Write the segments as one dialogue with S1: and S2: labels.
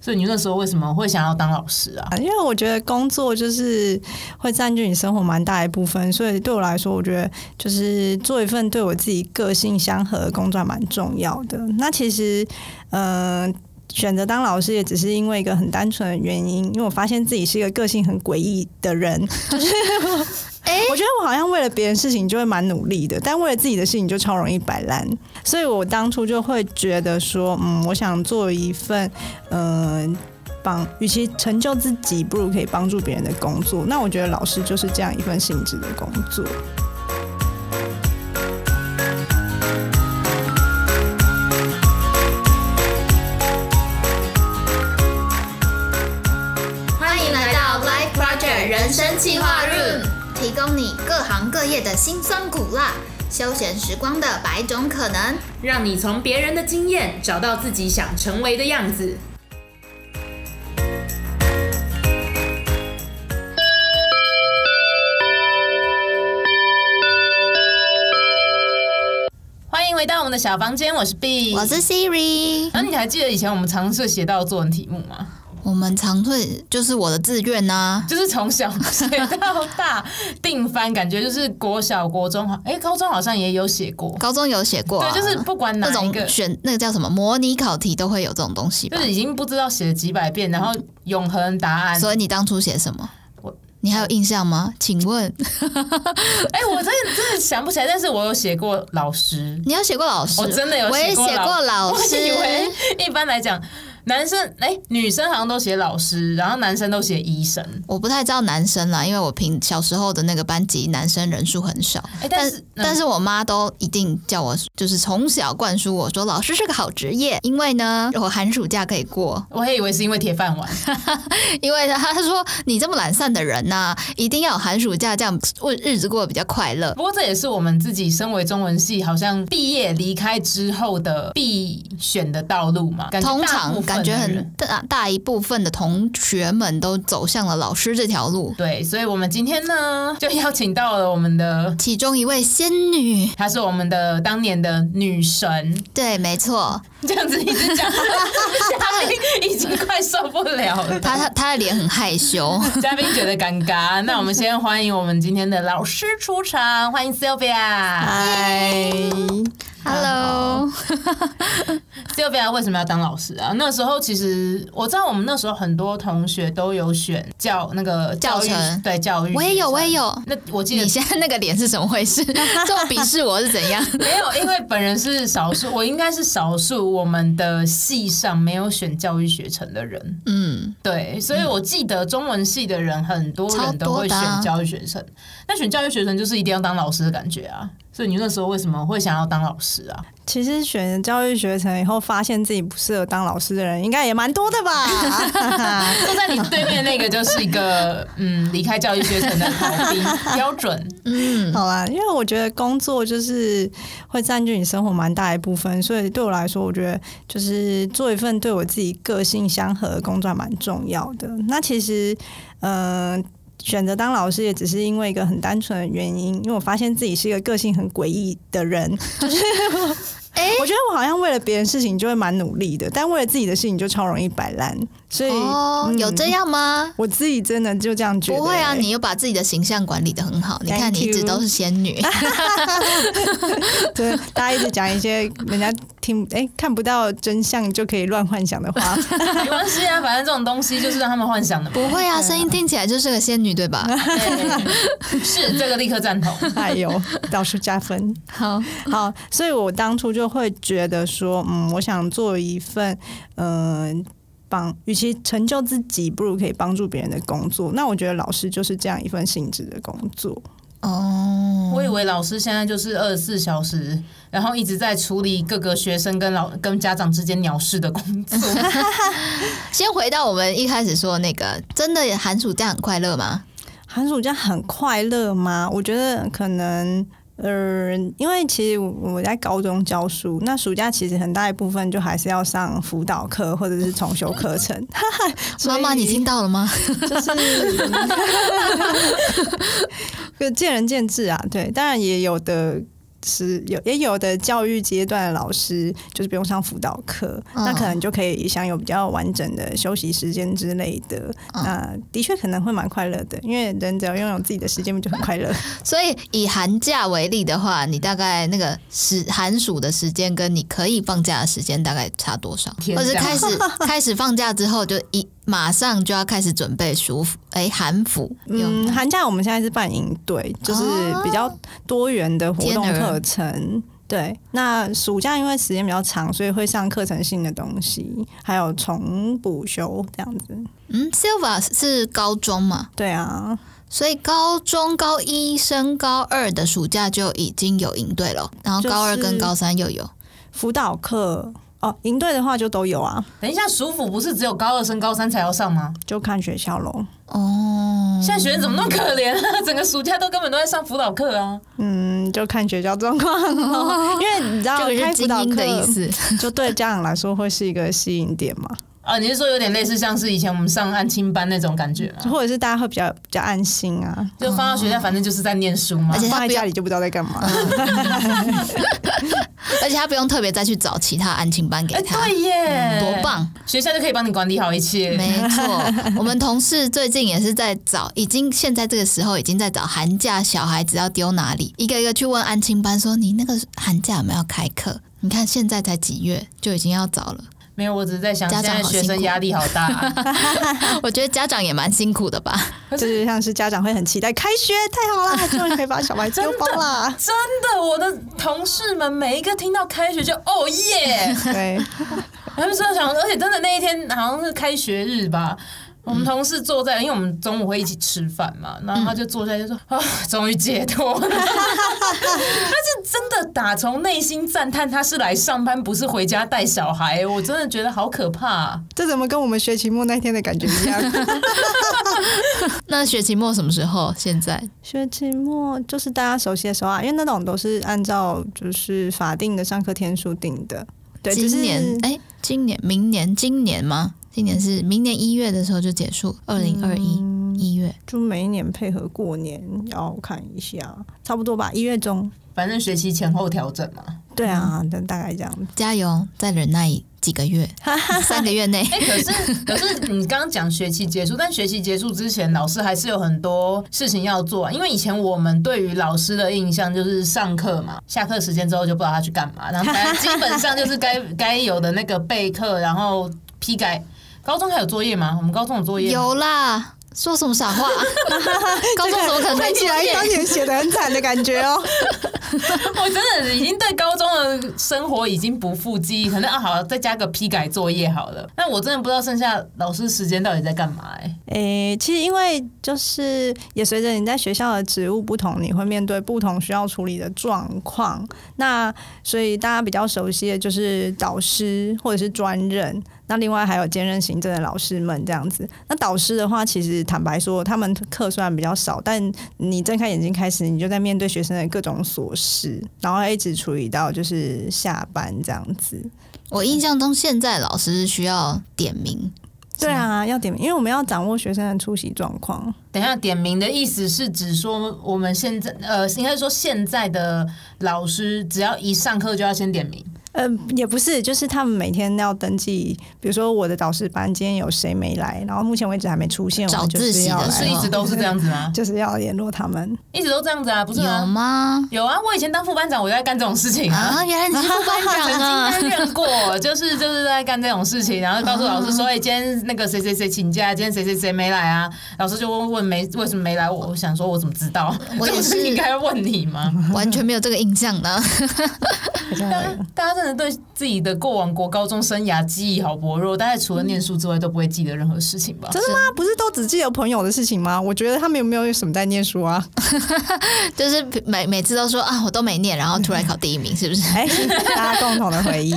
S1: 所以你那时候为什么会想要当老师啊？
S2: 因为我觉得工作就是会占据你生活蛮大一部分，所以对我来说，我觉得就是做一份对我自己个性相合的工作还蛮重要的。那其实，嗯、选择当老师也只是因为一个很单纯的原因，因为我发现自己是一个个性很诡异的人， 就是我。我觉得我好像为了别人事情就会蛮努力的，但为了自己的事情就超容易摆烂，所以我当初就会觉得说，嗯，我想做一份，嗯、帮，与其成就自己，不如可以帮助别人的工作。那我觉得老师就是这样一份性质的工作。
S3: 欢迎来到 Life Project 人生计划 Room，提供你各行各业的辛酸苦辣，休闲时光的百种可能。
S4: 让你从别人的经验找到自己想成为的样子。
S1: 欢迎回到我们的小房间，我是 B，
S3: 我是。Siri，
S1: 然后你还记得以前我们尝试写到的作文题目吗？
S3: 我们常会就是我的志愿呐、
S1: 就是从小写到大定番，感觉就是国小、国中，哎、高中好像也有写过。
S3: 高中有写过啊、
S1: 对，就是不管哪
S3: 那
S1: 一个
S3: 种，选那个叫什么模拟考题都会有这种东西吧
S1: 就？是已经不知道写了几百遍，然后永恒答案。
S3: 所以你当初写什么
S1: 我？
S3: 你还有印象吗？请 问
S1: 哎、我真的真的想不起来，但是我有写过老师，
S3: 你有写过老师？
S1: 我真的有
S3: 我也
S1: 写
S3: 写
S1: 过
S3: 过老
S1: 我
S3: 师。
S1: 以为一般来讲，男生哎、女生好像都写老师，然后男生都写医生。
S3: 我不太知道男生啦，因为我平小时候的那个班级男生人数很少，
S1: 哎但
S3: 但
S1: 是嗯
S3: 但是我妈都一定叫我，就是从小灌输我说老师是个好职业，因为呢我寒暑假可以过，
S1: 我还以为是因为铁饭碗，
S3: 因为 她她说你这么懒散的人呐、一定要有寒暑假，这样我日子过得比较快乐。
S1: 不过这也是我们自己身为中文系，好像毕业离开之后的必选的道路嘛。感觉
S3: 通
S1: 大部
S3: 常
S1: 分
S3: 感觉
S1: 的
S3: 很
S1: 人
S3: 大大一部分的同学们都走向了老师这条路，
S1: 对，所以我们今天呢就邀请到了我们的，
S3: 其中一位仙女，
S1: 她是我们的当年的女神，
S3: 对，没错，
S1: 这样子一直讲， 嘉宾已经快受不了了。
S3: 她她她的脸很害 羞。
S1: 嘉宾觉得尴尬，那我们先欢迎我们今天的老师出场，欢迎 Sylvia。
S2: 嗨，
S3: Hello，
S1: Sylvia 为什么要当老师啊？那时候其实我知道，我们那时候很多同学都有选教那个
S3: 教
S1: 育
S3: 程
S1: 对教育，
S3: 我也有，我也。有。
S1: 那我记
S3: 你
S1: 得
S3: 现在那个脸是怎么 回事？这种鄙视我是怎样？
S1: 没有，因为本人是少 数，我应该是少数我们的系上没有选教育学程的人。
S3: 嗯，
S1: 对，所以我记得中文系的人很多人都会
S3: 超多的啊
S1: 选教育学程，那选教育学程就是一定要当老师的感觉啊。所以你那时候为什么会想要当老师啊？
S2: 其实选教育学程以后，发现自己不适合当老师的人，应该也蛮多的吧？
S1: 坐在你对面那个就是一个嗯，离开教育学程的逃兵 标准。
S2: 好啦，因为我觉得工作就是会占据你生活蛮大一部分，所以对我来说，我觉得就是做一份对我自己个性相合的工作还蛮重要的。那其实，嗯、选择当老师也只是因为一个很单纯的原因，因为我发现自己是一个个性很诡异的人， 就是我，我觉得我好像为了别人事情就会蛮努力的，但为了自己的事情就超容易摆烂，所以、
S3: 哦，
S2: 嗯
S3: 有这样吗？
S2: 我自己真的就这样觉得、
S3: 不会啊，
S2: 欸
S3: 你又把自己的形象管理的很好。你
S2: Thank
S3: 看，你一直
S2: you
S3: 都是仙 女，
S2: 对，大家一直讲一些人家听哎、看不到真相就可以乱幻想的话，
S1: 没关系啊，反正这种东西就是让他们幻想的 嘛。
S3: 不会啊，声音听起来就是个仙女，对吧？
S1: 对是这个立刻赞同。
S2: 哎呦，老师加分。
S3: 好，
S2: 好，所以我当初就会觉得说，嗯，我想做一份，嗯、帮，与其成就自己，不如可以帮助别人的工作。那我觉得老师就是这样一份性质的工作。
S3: 哦，
S1: 我以为老师现在就是二十四小时，然后一直在处理各个学生跟老跟家长之间鸟事的工作。
S3: 先回到我们一开始说的那个，真的寒暑假很快乐吗？
S2: 寒暑假很快乐吗？我觉得可能。呃，因为其实我我在高中教书，那暑假其实很大一部分就还是要上辅导课或者是重修课程。
S3: 妈妈，你听到了吗？
S2: 就见仁见智啊，对，当然也有的师有也有的教育阶段的老师就是不用上辅导课，
S3: 嗯
S2: 那可能就可以享有比较完整的休息时间之类的。
S3: 嗯
S2: 那的确可能会蛮快乐的，因为人只要拥有自己的时间，就很快乐。
S3: 所以以寒假为例的话，你大概那个时寒暑的时间跟你可以放假的时间大概差多少？
S1: 天
S3: 或者
S1: 价
S3: 开 始开始放假之后就一马上就要开始准备暑服，哎，寒服用
S2: 嗯，寒假我们现在是办营队，就是
S3: 哦
S2: 比较多元的活动
S3: 天哪
S2: 课程。对，那暑假因为时间比较长，所以会上课程性的东西，还有重补修这样子。
S3: 嗯，Silva 是高中嘛，
S2: 对啊，
S3: 所以高中高一升高二的暑假就已经有营队了，然后
S2: 就
S3: 高二跟
S2: 是
S3: 高三又有。
S2: 辅导课哦，营队的话就都有啊，
S1: 等一下，暑辅不是只有高二升高三才要上吗？
S2: 就看学校喽。
S3: 哦，
S1: 现在学生怎么那么可怜啊？ 整个暑假都根本都在上辅导课啊！
S2: 嗯，就看学校状况 咯，因为你知道
S3: 哦这个
S2: 开
S3: 是
S2: 辅
S3: 精
S2: 导
S3: 英
S2: 课
S3: 的意思。
S2: 就对家长来说会是一个吸引点 嘛，
S1: 啊，你是说有点类似像是以前我们上安亲班那种感觉吗？
S3: 嗯
S2: 或者是大家会比较比较安心啊，
S1: 就放到学校，反正就是在念书嘛
S3: 而。且他
S2: 放在
S3: 不用嗯
S2: 家里就不知道在干嘛。
S3: 而且他不用特别再去找其他安亲班给
S1: 哎，
S3: 他，
S1: 对耶，
S3: 嗯多！棒！
S1: 学校就可以帮你管理好一切。
S3: 没错，我们同事最近也是在找，已经现在这个时候已经在找寒假小孩子要丢哪里，一个一个去问安亲班说你那个寒假有没有开课？你看现在才几月就已经要找了，
S1: 没有，我只是在想，现
S3: 家长
S1: 在
S3: 好
S1: 学
S3: 辛
S1: 生
S3: 苦
S1: 压力好大啊。。
S3: 我觉得家长也蛮辛苦的吧。
S2: 就是像是家长会很期待开学，太好啦，终于可以把小孩子丢包啦
S1: 真的，我的同事们每一个听到开学就哦耶，
S2: 对，
S1: 他们说想，而且真的那一天好像是开学日吧。我们同事坐在，因为我们中午会一起吃饭嘛，然后他就坐在就说啊，终于解脱 了。他是真的打从内心赞叹他是来上班，不是回家带小孩，我真的觉得好可怕、啊
S2: 这怎么跟我们学期末那天的感觉一样？
S3: 那学期末什么时候？现在
S2: 学期末就是大家熟悉的时候啊，因为那种都是按照就是法定的上课天数定的。对，只
S3: 今
S2: 是
S3: 年哎、今年明年今年吗？今年是明年一月的时候就结束，二零二一一月。
S2: 就每一年配合过年要看一下，差不多吧，一月中。
S1: 反正学期前后调整嘛。
S2: 对啊，但大概这样 子。
S3: 加油，再忍耐几个月，三个月内。
S1: 哎、可是可是你刚刚讲学期结束，但学期结束之前，老师还是有很多事情要做、啊。因为以前我们对于老师的印象就是上课嘛，下课时间之后就不知道他去干嘛，然后反正基本上就是该该有的那个备课，然后批改。高中还有作业吗？我们高中有作业吗
S3: 有啦，说什么傻话？高中怎么可能没
S2: 看
S3: 作
S2: 起来当
S3: 业？
S2: 年写的很惨的感觉哦。
S1: 我真的已经对高中的生活已经不复记忆，可能啊好，再加个批改作业好了。那我真的不知道剩下老师时间到底在干嘛哎、
S2: 诶、其实因为就是也随着你在学校的职务不同，你会面对不同需要处理的状况。那所以大家比较熟悉的就是导师或者是专任，那另外还有兼任行政的老师们这样子。那导师的话，其实坦白说，他们课虽然比较少，但你睁开眼睛开始，你就在面对学生的各种琐事，然后一直处理到就是下班这样子。
S3: 我印象中现在老师需要点名，
S2: 对啊，要点名，因为我们要掌握学生的出席状况。
S1: 等一下，点名的意思是指说我们现在呃，应该说现在的老师只要一上课就要先点名，
S2: 呃，也不是，就是他们每天要登记，比如说我的导师班今天有谁没来，然后目前为止还没出现，我
S3: 找
S2: 们就
S3: 自
S2: 是
S3: 习的
S2: 要
S3: 时
S2: 来
S1: 是一直都是这样子吗？
S2: 就是要联络他们。
S1: 一直都这样子啊，不是
S3: 有
S1: 吗？
S3: 吗？
S1: 有啊，我以前当副班长，我就在干这种事情啊。
S3: 啊，原来你是副班 长
S1: 曾经
S3: 啊！
S1: 担任过，就是就是在干这种事情，然后告诉老师说：“哎、今天那个谁谁谁请假，今天谁谁谁没来啊。”老师就问问没为什么没来我，我想说我怎么知道？
S3: 我
S1: 这
S3: 也
S1: 不
S3: 是
S1: 是应该要问你吗？
S3: 完全没有这个印象呢。
S2: 好
S1: 哎
S2: 像有
S1: 大家真的对自己的过往国高中生涯记忆好薄弱，大概除了念书之外都不会记得任何事情吧？
S2: 真的吗？不是都只记得朋友的事情吗？我觉得他们有没有什么在念书啊？
S3: 就是每每次都说啊，我都没念，然后突然考第一名，是不是？
S2: 哎、大家共同的回忆，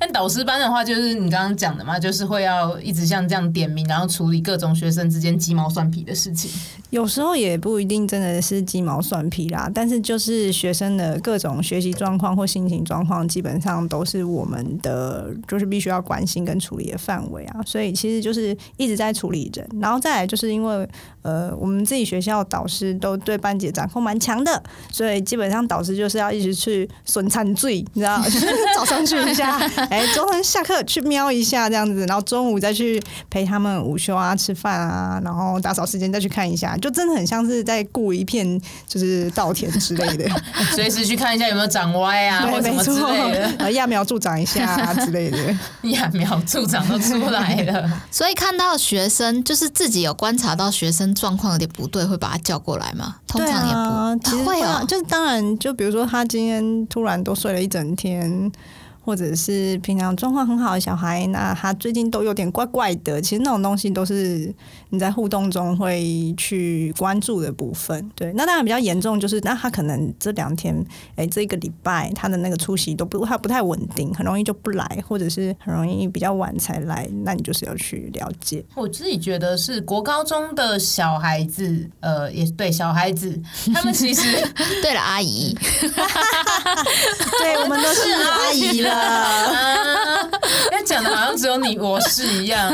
S1: 但导师班的话，就是你刚刚讲的嘛，就是会要一直像这样点名，然后处理各种学生之间鸡毛蒜皮的事情。
S2: 有时候也不一定真的是鸡毛蒜皮啦，但是就是学生的各种学习状况或心情状况，基本上都是我们的就是必须要关心跟处理的范围啊。所以其实就是一直在处理人，然后再来就是因为呃，我们自己学校导师都对班级的掌控蛮强的，所以基本上导师就是要一直去损残罪，你知道，就是早上去一下，哎，中午下课去瞄一下这样子，然后中午再去陪他们午休啊、吃饭啊，然后打扫时间再去看一下，就真的很像是在顾一片就是稻田之类的，
S1: 随时去看一下有没有长歪 啊，或
S2: 对，
S1: 什
S2: 没
S1: 么之
S2: 错
S1: 类 的。，
S2: 呃，揠苗助长一下、啊、之类的。
S1: 揠苗助长都出来了，
S3: 所以看到学生，就是自己有观察到学生状况有点不对，会把他叫过来吗？通
S2: 对
S3: 常也不、
S2: 啊、其实
S3: 会
S2: 啊
S3: 哦。
S2: 就是当然，就比如说他今天突然都睡了一整天。或者是平常状况很好的小孩，那他最近都有点怪怪的。其实那种东西都是你在互动中会去关注的部分。对，那当然比较严重就是，那他可能这两天，哎、这一个礼拜他的那个出席都不，他不太稳定，很容易就不来，或者是很容易比较晚才来。那你就是要去了 解。
S1: 我自己觉得是国高中的小孩子，呃，也对小孩子，他们其实
S3: 对了，阿姨，
S2: 对，我们都是阿姨 了。
S1: 啊，要讲的好像只有你我是一 样，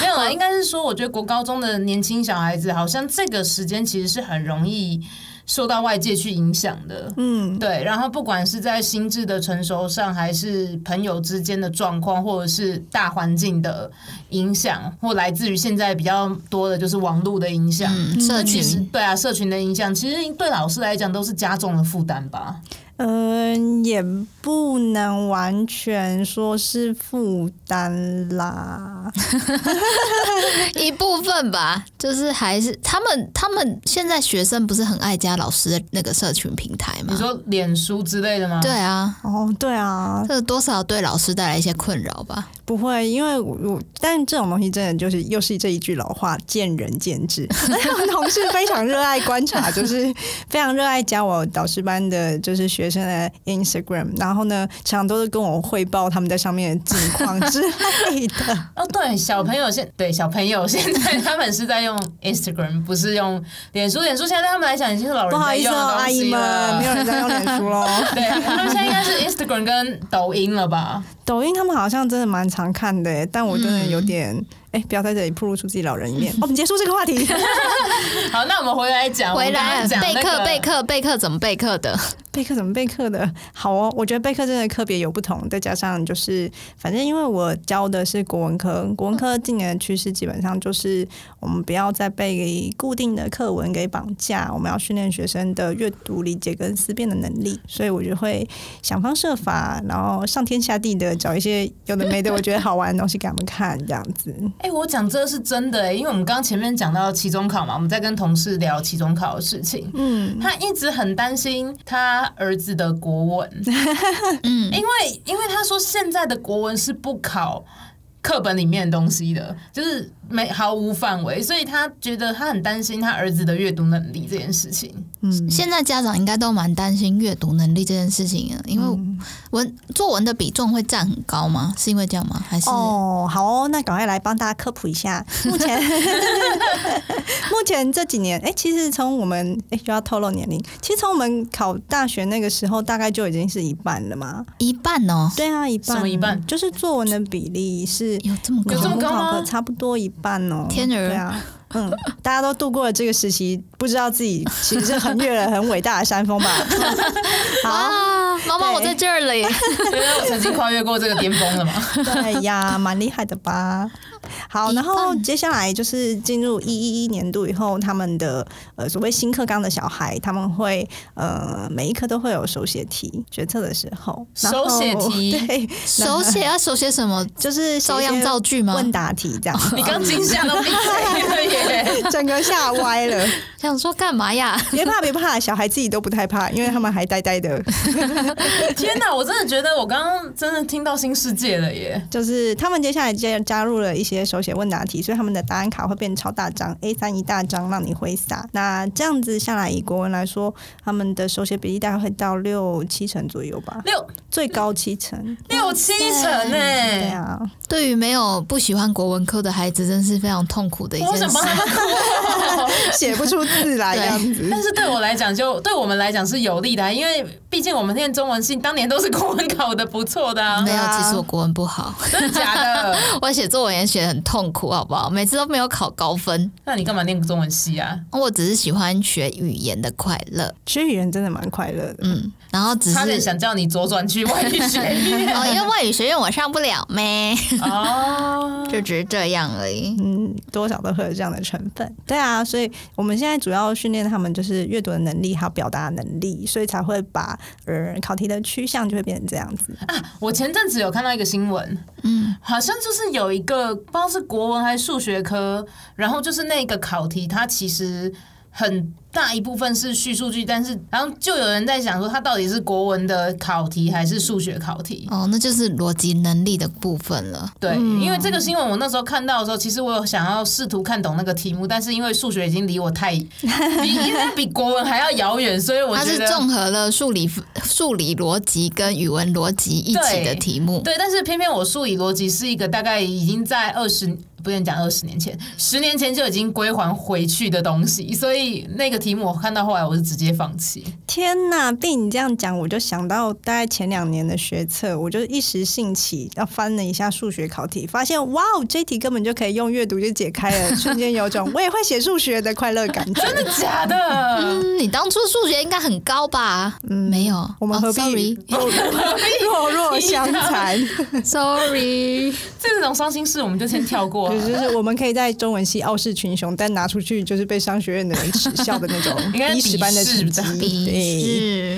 S1: 没有啊，应该是说，我觉得国高中的年轻小孩子，好像这个时间其实是很容易受到外界去影响的。
S2: 嗯，
S1: 对，然后不管是在心智的成熟上，还是朋友之间的状况，或者是大环境的影响，或来自于现在比较多的就是网络的影响，
S3: 嗯，社
S1: 其实
S3: 群
S1: 对啊，社群的影响，其实对老师来讲都是加重了负担吧。
S2: 嗯，也不能完全说是负担啦。
S3: 一部分吧，就是还是他们他们现在学生不是很爱加老师的那个社群平台
S1: 你
S3: 吗？
S1: 说脸书之类的吗？
S3: 对啊，
S2: 哦，对啊，
S3: 这个多少对老师带来一些困扰吧。
S2: 不会，因为我我，但这种东西真的就是又是这一句老话，见仁 见智。我们同事非常热爱观察，就是非常热爱加我导师班的，就是学生的 Instagram，然后呢，常常都是跟我汇报他们在上面的近况之类的。
S1: 哦，对，小朋友现对小朋友现在他们是在用 Instagram，不是用脸书。脸书现在对他们来讲已经是老
S2: 不
S1: 人
S2: 好
S1: 在
S2: 意思
S1: 用的
S2: 哦，阿
S1: 东
S2: 姨
S1: 西
S2: 们，
S1: 了
S2: 没。有人在用脸书喽。
S1: 对，他们现在应该是 Instagram 跟抖音了吧？
S2: 抖音他们好像真的蛮常看的耶，但我真的有点哎、诶不要在这里暴露出自己老人一面。我们结束这个话题。
S1: 好，那我们回来讲，
S3: 回
S1: 啊我
S3: 来啊
S1: 们刚刚讲
S3: 备
S1: 那
S3: 课
S1: 个
S3: 备。课备课怎么备课的？
S2: 备课怎么备课的？好哦，我觉得备课真的课别有不同，再加上就是，反正因为我教的是国文科，国文科近年的趋势基本上就是我们不要再被固定的课文给绑架，我们要训练学生的阅读理解跟思辨的能力，所以我就会想方设法，然后上天下地的找一些有的没的，我觉得好玩的东西给他们看，这样子。
S1: 哎、我讲这是真的、欸，因为我们刚前面讲到期中考嘛，我们在跟同事聊期中考的事情。
S2: 嗯，
S1: 他一直很担心他儿子的国 文，
S3: 嗯，
S1: 因为因为他说现在的国文是不考课本里面的东西的，就是没毫无范围，所以他觉得他很担心他儿子的阅读能力这件事情。
S3: 现在家长应该都蛮担心阅读能力这件事情的，因为文作文的比重会占很高吗？是因为这样吗？还是
S2: 哦，好哦，那赶快来帮大家科普一 下。目前，目前这几年，哎、其实从我们哎、就要透露年龄，其实从我们考大学那个时候，大概就已经是一半了嘛。
S3: 一半哦？
S2: 对啊，一半，
S1: 什么一半
S2: 就是作文的比例是
S3: 有这么高？
S1: 有这么高吗
S2: 考科差不多一半哦。
S3: 天
S2: 对
S3: 儿，
S2: 啊。嗯，大家都度过了这个时期，不知道自己其实是横越了很伟大的山峰 吧？好，
S3: 啊，妈妈，
S2: 对
S3: 我在这儿嘞！
S1: 原啊来我曾经跨越过这个巅峰了嘛？
S2: 对呀，蛮厉害的 吧？好，
S3: 一
S2: 然后
S3: 半
S2: 接下来就是进入一一一年度以后，他们的呃所谓新课纲的小孩，他们会呃每一科都会有手写题，决策的时候，然后
S1: 手写题
S2: 对，
S3: 手写要手写什么？
S2: 就是写一
S3: 照样
S2: 些
S3: 造句吗？哦
S2: 问答题这样，
S1: 你刚惊吓到闭嘴了耶！
S2: 整个吓歪 了。
S3: 想说干嘛呀？
S2: 别怕，别怕，小孩自己都不太怕，因为他们还呆呆的，
S1: 天哪，我真的觉得我刚刚真的听到新世界了耶！
S2: 就是他们接下来加加入了一些手写问答题，所以他们的答案卡会变超大张，A 三一大张让你挥洒。那这样子下来，以国文来说，他们的手写比例大概会到六七成左右吧，
S1: 六
S2: 最高七 成。
S1: 六七成
S2: 对
S1: 哎、
S3: 嗯
S2: 啊，
S3: 对于没有不喜欢国文科的孩子，真是非常痛苦的一
S1: 我
S3: 件
S1: 想帮
S2: 写不出字来这
S3: 对
S2: 样子。
S1: 但是对我来讲就，对我们来讲是有利的、啊，因为毕竟我们念中文系当年都是国文考的不错的、 啊
S3: 没，有，
S2: 啊
S3: 其实我国文不好，
S1: 真的假的？
S3: 我写作文也写得很痛苦，好不好？每次都没有考高分，
S1: 那你干嘛念中文系啊？
S3: 我只是喜欢学语言的快乐，
S2: 学语言真的蛮快乐的，
S3: 嗯，然后只是
S1: 差点想叫你左转去外语学院
S3: 哦，因为外语学院我上不了咩，
S1: 哦。
S3: 就只是这样而已。
S2: 嗯，多少都会有这样的成分。对啊，所以我们现在主要训练他们就是阅读的能力还有表达的能力，所以才会把呃考题的趋向就会变成这样子。
S1: 啊我前阵子有看到一个新闻，嗯，好像就是有一个不知道是国文还是数学科，然后就是那个考题，它其实很大一部分是叙述句，但是然后就有人在想说，它到底是国文的考题还是数学考题？
S3: 哦，那就是逻辑能力的部分了。
S1: 对，因为这个新闻我那时候看到的时候，其实我有想要试图看懂那个题目，但是因为数学已经离我太比应该比国文还要遥远，所以我
S3: 它
S1: 觉
S3: 是
S1: 得
S3: 综合了数理、数理逻辑跟语文逻辑一起的题目。
S1: 对，但是偏偏我数理逻辑是一个大概已经在二十，不能讲二十年前，十年前就已经归还回去的东西，所以那个题目我看到后来我是直接放弃。
S2: 天呐，被你这样讲，我就想到大概前两年的学测，我就一时兴起要翻了一下数学考题，发现哇哦，这题根本就可以用阅读就解开了，瞬间有种我也会写数学的快乐感 觉。
S1: 真的假的？
S3: 嗯，你当初数学应该很高吧？嗯，没有，
S2: 我们何
S3: 哦
S2: 必
S3: ？Sorry，
S2: 落落落相残？
S3: Sorry，
S1: 这种伤心事我们就先跳过好
S2: 就
S1: 了。
S2: 是就是我们可以在中文系傲视群雄，但拿出去就是被商学院的人耻笑的那种
S1: 应该是
S2: 一尺般的
S1: 鄙视吧。
S2: 成绩对，
S3: 鄙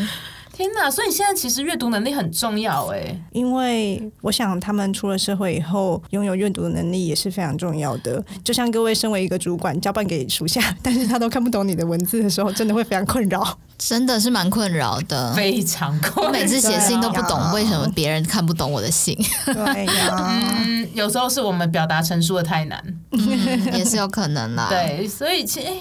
S3: 视。
S1: 天哪！所以现在其实阅读能力很重要哎、
S2: 因为我想他们出了社会以后，拥有阅读的能力也是非常重要的。就像各位身为一个主管交办给属下，但是他都看不懂你的文字的时候，真的会非常困扰。
S3: 真的是蛮困扰的。
S1: 非常困
S3: 我
S1: 扰。
S3: 每次写信都不
S2: 对
S3: 懂
S2: 啊
S3: 为什么别人看不懂我的信，
S2: 对呀、
S1: 嗯，有时候是我们表达陈述的太难。
S3: 嗯也是有可能啦。，
S1: 对，所以其哎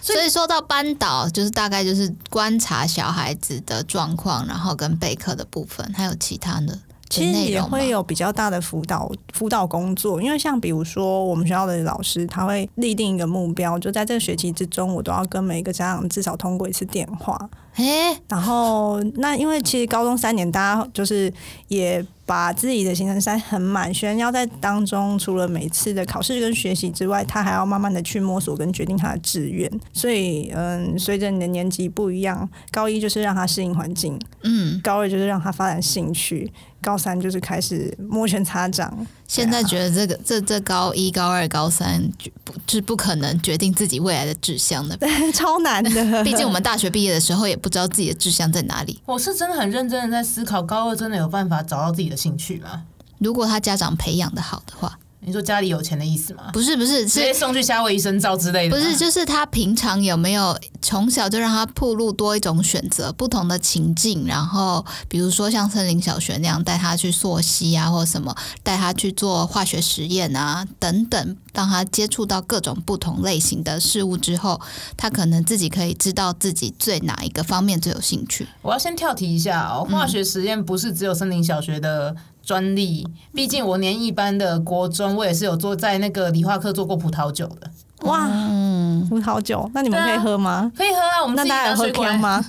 S3: 所以说到班导，就是大概就是观察小孩子的状况，然后跟备课的部分，还有其他的
S2: 其实
S3: 内
S2: 也
S3: 容吗
S2: 会有比较大的辅导辅导工作，因为像比如说我们学校的老师，他会立定一个目标，就在这个学期之中，我都要跟每一个家长至少通过一次电话。
S3: 哎、
S2: 然后那因为其实高中三年，大家就是也把自己的行程塞很满，学生要在当中除了每次的考试跟学习之外，他还要慢慢的去摸索跟决定他的志愿。所以，嗯，随着你的年级不一样，高一就是让他适应环境，
S3: 嗯，
S2: 高二就是让他发展兴趣，高三就是开始摸拳擦掌。
S3: 现在觉得这个这这高一、高二、高三就不就是不可能决定自己未来的志向的。
S2: 超 难的，
S3: 毕竟我们大学毕业的时候也不知道自己的志向在哪里。
S1: 我是真的很认真的在思考，高二真的有办法找到自己的兴趣吗？
S3: 如果他家长培养的好的话，
S1: 你说家里有钱的意思吗？
S3: 不是不是
S1: 直接
S3: 是。
S1: 送去夏威夷深造之类的
S3: 不
S1: 吗，
S3: 是，就是他平常有没有从小就让他铺路多一种选择，不同的情境，然后比如说像森林小学那样带他去溯溪啊，或什么带他去做化学实验啊等等，让他接触到各种不同类型的事物之后，他可能自己可以知道自己对哪一个方面最有兴趣。
S1: 我要先跳题一下哦，化学实验不是只有森林小学的专利，毕竟我年一班的国中，我也是有做在那个理化课做过葡萄酒的，
S2: 哇！葡萄酒，那你们可以喝吗？
S1: 可以喝啊，我们
S2: 那
S1: 嗯自己
S2: 大家
S1: 拿
S2: 有喝
S1: 水果来
S2: 汤？ 吗？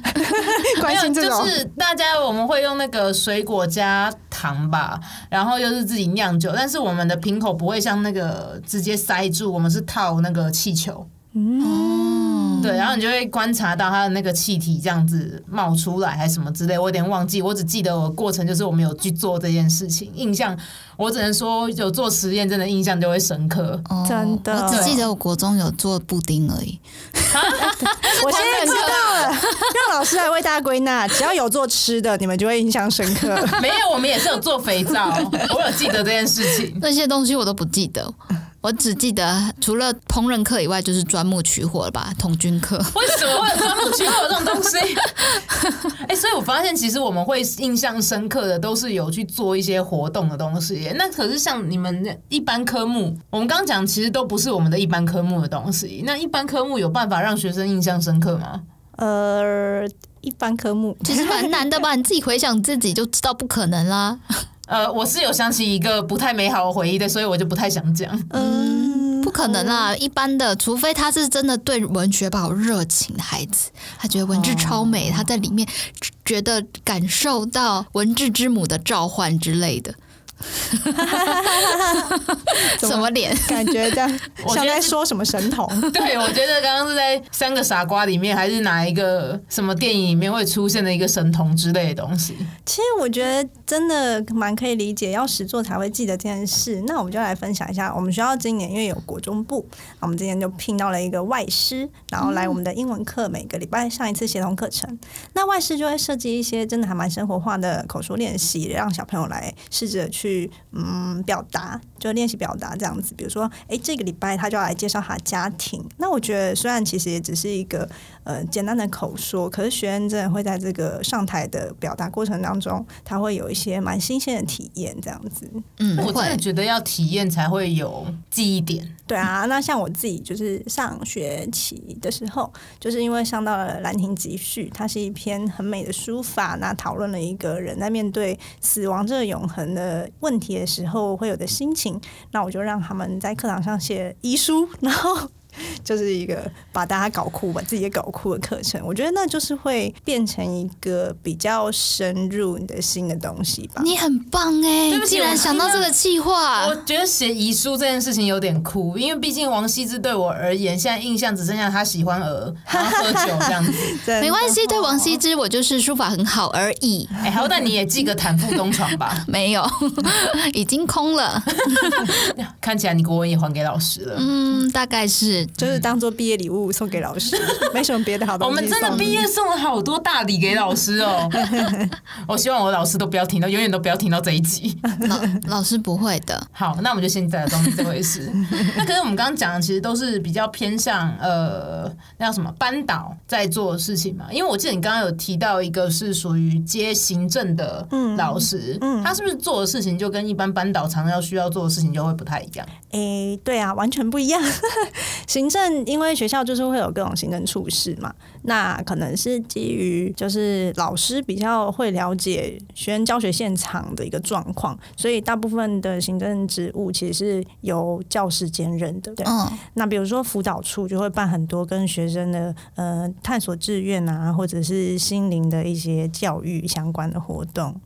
S1: 没
S2: 关
S1: 有，
S2: 心这
S1: 就
S2: 种。
S1: 是大家我们会用那个水果加糖吧，然后又是自己酿酒，但是我们的瓶口不会像那个直接塞住，我们是套那个气球。
S2: 嗯
S1: 对，然后你就会观察到它的那个气体这样子冒出来，还是什么之类，我有点忘记，我只记得我过程就是我们有去做这件事情，印象我只能说有做实验，真的印象就会深刻。
S3: 哦
S2: 真的
S3: 我只记得我国中有做布丁而已。
S2: 我现在知道了， 让老师来为大家归纳，只要有做吃的，你们就会印象深刻。
S1: 没有，我们也是有做肥皂，我有记得这件事情。
S3: 那些东西我都不记得，我只记得除了烹饪课以外，就是钻木取火了吧，童军课。
S1: 为什么会有钻木取火这种东 西？哎、所以我发现其实我们会印象深刻的都是有去做一些活动的东西耶。那可是像你们那一般科目，我们刚刚讲其实都不是我们的一般科目的东西。那一般科目有办法让学生印象深刻吗？
S2: 呃，一般科 目
S3: 其实蛮难的吧，你自己回想自己就知道不可能啦。
S1: 呃，我是有想起一个不太美好的回忆的，所以我就不太想讲。
S2: 嗯，
S3: 不可能啦，一般的，除非他是真的对文学抱有热情的孩子，他觉得文字超美，他在里面觉得感受到文字之母的召唤之 类的。
S2: 怎么
S3: 什么脸？
S2: 感觉这样
S1: 我觉
S2: 像
S1: 得
S2: 在
S1: 是
S2: 说什么神童。
S1: 对，我觉得刚刚是在《三个傻瓜》里面，还是哪一个什么电影里面会出现的一个神童之类的东西。
S2: 其实我觉得真的蛮可以理解，要实做才会记得这件事。那我们就来分享一下，我们学校今年因为有国中部，那我们今年就聘到了一个外师，然后来我们的英文课每个礼拜上一次协同课程。那外师就会设计一些真的还蛮生活化的口说练习，让小朋友来试着去嗯表达，就练习表达这样子。比如说，诶，这个礼拜他就要来介绍他的家庭。那我觉得虽然其实也只是一个呃简单的口说，可是学生真的会在这个上台的表达过程当中，他会有一些蛮新鲜的体验，这样子。
S3: 嗯，
S1: 我真的
S3: 会。
S1: 觉得要体验才会有记忆点。
S2: 对啊，那像我自己就是上学期的时候，就是因为上到了《兰亭集序》，它是一篇很美的书法，那讨论了一个人在面对死亡这个永恒的问题的时候会有的心情。那我就让他们在课堂上写遗书，然后。就是一个把大家搞哭，把自己也搞哭的课程，我觉得那就是会变成一个比较深入你的心的东西吧。
S3: 你很棒哎、
S1: 对不起
S3: 竟然
S1: 我
S3: 想到这个计划
S1: 我，觉得写遗书这件事情有点酷，因为毕竟王羲之对我而言，现在印象只剩下他喜欢鹅，然后喝酒这样 子。
S2: 没
S3: 没关系。对王羲之，我就是书法很好而已，
S1: 哎、好歹你也寄个坦腹东床 吧，
S3: 没有，已经空了。
S1: 看起来你国文也还给老师了。
S3: 嗯，大概是
S2: 就是当做毕业礼物送给老 师，没什么别的好东
S1: 我
S2: 西送。
S1: 们真的毕业送了好多大礼给老师哦，我希望我老师都不要听到，永远都不要听到这一集。
S3: 老老师不会的，
S1: 好，那我们就先假装没这回 事。那可是我们刚刚讲的，其实都是比较偏向呃，那叫什么班导在做的事情嘛。因为我记得你刚刚有提到一个是属于接行政的
S3: 嗯
S1: 老师，他是不是做的事情就跟一般班导常常要需要做的事情就会不太一样？
S2: 诶、对啊，完全不一样。 行政因为学校就是会有各种行政处室嘛，那可能是基于就是老师比较会了解学生教学现场的一个状况，所以大部分的行政职务其实是由教师兼任的。对，
S3: 嗯，
S2: 那比如说辅导处就会办很多跟学生的呃探索志愿啊，或者是心灵的一些教育相关的活动。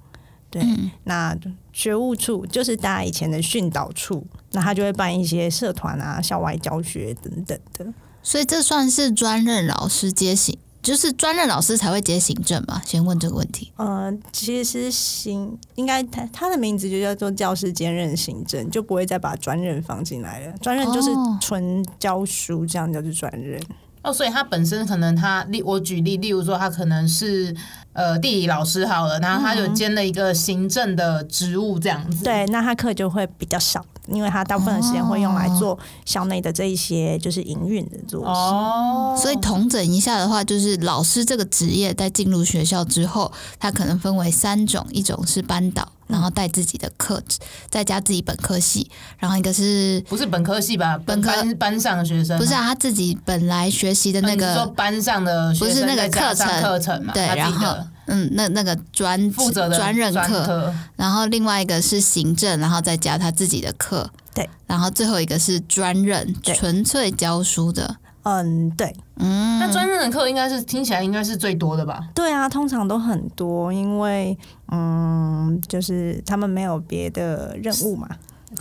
S2: 对，那学务处就是大家以前的训导处，那他就会办一些社团啊、校外教学等等的。
S3: 所以这算是专任老师接行，就是专任老师才会接行政嘛？先问这个问题。
S2: 呃，其实行应该他他的名字就叫做教师兼任行政，就不会再把专任放进来了。专任就是
S3: 哦
S2: 纯教书，这样叫做专任。
S1: 哦，所以他本身可能他例我举例，例如说他可能是呃地理老师好了，然后他
S3: 嗯
S1: 有兼了一个行政的职务这样子。
S2: 对，那他课就会比较少，因为他大部分的时间会用来做校内的这一些就是营运的做事。
S1: 哦，
S3: 所以统整一下的话，就是老师这个职业在进入学校之后，他可能分为三种，一种是班导，然后
S1: 嗯
S3: 带自己的课，再加自己本科系，然后一个是
S1: 不是本科系吧？
S3: 本科
S1: 班班上的学生
S3: 不是啊？他自己本来学习的
S1: 啊
S3: 那
S1: 你是说
S3: 个，
S1: 班上的学
S3: 不是
S1: 生
S3: 那
S1: 再
S3: 个
S1: 加
S3: 课
S1: 上
S3: 程
S1: 课程嘛？
S3: 对，
S1: 他自己
S3: 然后
S1: 的
S3: 嗯，那那个专
S1: 负责的
S3: 专任课，
S1: 课，
S3: 然后另外一个是行政，然后再加他自己的课，
S2: 对，
S3: 然后最后一个是专任，
S2: 对
S3: 纯粹教书的，
S2: 嗯，对，
S3: 嗯，
S1: 那专任的课应该是听起来应该是最多的吧？
S2: 对啊，通常都很多，因为嗯，就是他们没有别的任务 嘛。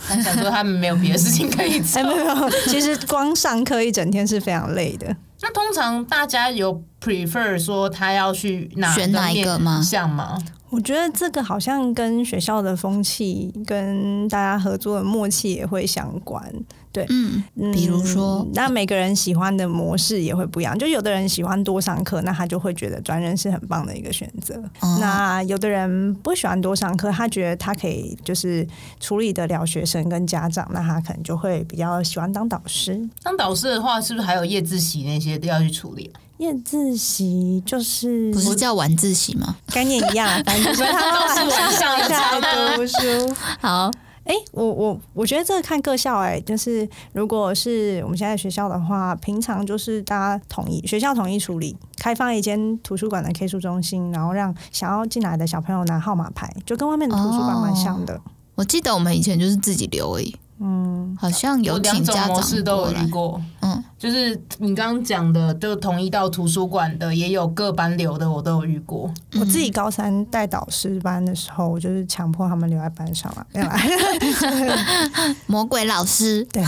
S1: 他想说他们没有别的事情可以做
S2: 哎，。没有，没有，其实光上课一整天是非常累的。
S1: 那通常大家有 prefer 说他要去哪
S3: 选哪一个吗
S1: 像吗？
S2: 我觉得这个好像跟学校的风气、跟大家合作的默契也会相关。
S3: 嗯，
S2: 嗯
S3: 比如说
S2: 那每个人喜欢的模式也会不一样。就有的人喜欢多上课，那他就会觉得专任是很棒的一个选择。
S3: 哦
S2: 那有的人不喜欢多上课，他觉得他可以就是处理得了学生跟家长，那他可能就会比较喜欢当导师。
S1: 当导师的话，是不是还有夜自习那些要去处理？啊
S2: 夜自习就是
S3: 不是叫晚自习吗？
S2: 概念一样啊，反正就是他
S1: 都是晚上的
S2: 下来读书。
S3: 好，
S2: 哎、我我我觉得这个看各校哎、就是如果是我们现在学校的话，平常就是大家统一学校统一处理，开放一间图书馆的 K 书中心，然后让想要进来的
S3: 哦
S2: 小朋友拿号码牌，就跟外面的图书馆蛮像的。
S3: 我记得我们以前就是自己留而已，
S2: 嗯，
S3: 好像有
S1: 我
S3: 请
S1: 两种
S3: 家
S1: 模式
S3: 长
S1: 都
S3: 过
S1: 有遇
S3: 来。
S1: 过，
S3: 嗯，
S1: 就是你刚刚讲的，就统一到图书馆的，也有各班流的，我都有遇过。
S2: 我自己高三带导师班的时候，我就是强迫他们留在班上了，没有啦
S3: 魔鬼老师，
S2: 对，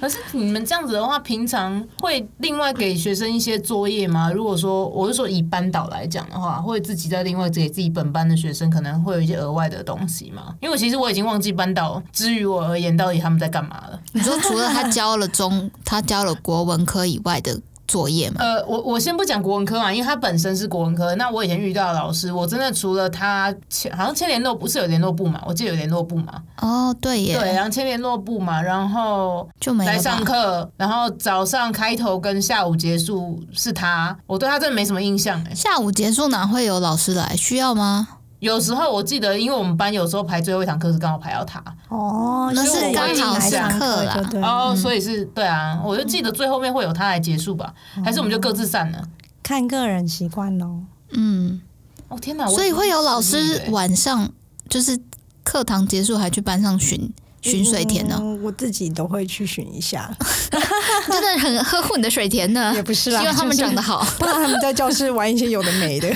S1: 可是你们这样子的话，平常会另外给学生一些作业吗？如果说我是说以班导来讲的话，会自己再另外给自己本班的学生可能会有一些额外的东西吗？因为我其实我已经忘记班导之于我而言到底他们在干嘛了。
S3: 你说除了他教了中，他教了国文科以外的作业吗？
S1: 呃，我我先不讲国文科嘛，因为他本身是国文科。那我以前遇到的老师，我真的除了他前好像千联络不是有联络部嘛，我记得有联络部嘛，
S3: 哦，对耶，
S1: 对，然后千联络部嘛，然后
S3: 就没
S1: 来
S3: 了吧
S1: 上？课，然后早上开头跟下午结束是他，我对他真的没什么印象哎、
S3: 下午结束哪会有老师来？需要吗？
S1: 有时候我记得，因为我们班有时候排最后一堂课是刚好排到他，
S2: 哦，
S3: 那
S1: 是刚好
S2: 是
S1: 是
S3: 课啦
S2: 对
S1: 哦，所以是对啊，我就记得最后面会有他来结束吧，还是我们就各自散了？
S2: 看个人习惯喽。
S3: 嗯，
S1: 哦天哪，我
S3: 所以会有老
S1: 失忆了
S3: 师
S1: 欸
S3: 晚上就是课堂结束还去班上巡巡水田呢，
S2: 嗯我自己都会去巡一 下，
S3: 真的很呵护你的水田呢
S2: 也。不是
S3: 希
S2: 啦，
S3: 望他们
S2: 就是
S3: 长得好。
S2: 不然他们在教室玩一些有的没 的，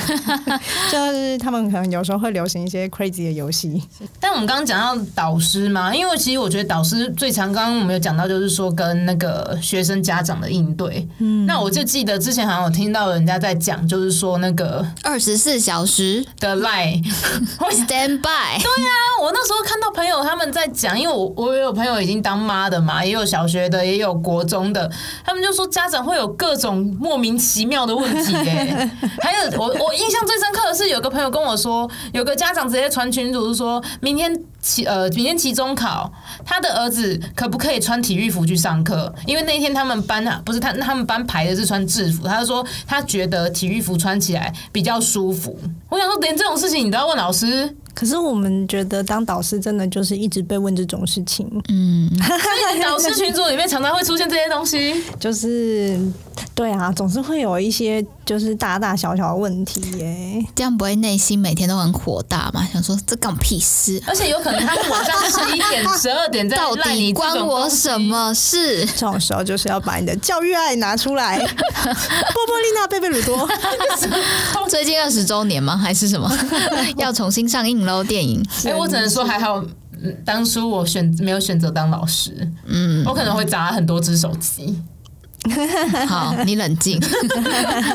S2: 就是他们可能有时候会流行一些 crazy 的游戏。
S1: 但我们刚刚讲到导师嘛，因为其实我觉得导师最常，刚刚我们有讲到，就是说跟那个学生家长的应对。嗯，那我就记得之前好像有听到人家在讲，就是说那个
S3: 二十四小 时
S1: 的 line。
S3: stand
S1: 那
S3: by，
S1: 啊我那时候看到朋友他们在讲，因为我我也有朋友已经当妈的嘛，也有小学的，也有国中的，他们就说家长会有各种莫名其妙的问题耶、还有我我印象最深刻的是，有个朋友跟我说，有个家长直接传群组说，明天期呃明天期中考，他的儿子可不可以穿体育服去上课？因为那天他们班啊，不是他他们班排的是穿制服，他就说他觉得体育服穿起来比较舒服。我想说，连这种事情你都要问老师？
S2: 可是我们觉得当导师真的就是一直被问这种事情，
S3: 嗯，
S1: 导师群组里面常常会出现这些东西。
S2: 就是对啊，总是会有一些就是大大小小的问题耶、
S3: 这样不会内心每天都很火大吗？想说这干我屁事，
S1: 而且有可能他们晚上十一点、十二点在
S3: 到
S1: 赖你
S3: 底
S1: 这种
S3: 关我
S1: 东西
S3: 什？么事？
S2: 这种时候就是要把你的教育爱拿出 来。波波丽娜、贝贝鲁多，
S3: 最近二十周年吗？还是 什么？要重新上映喽？电影？
S1: 哎、我只能说还好，嗯当初我选没有选择当老师，
S3: 嗯，
S1: 我可能会砸很多只手机。
S3: 好，你冷 静，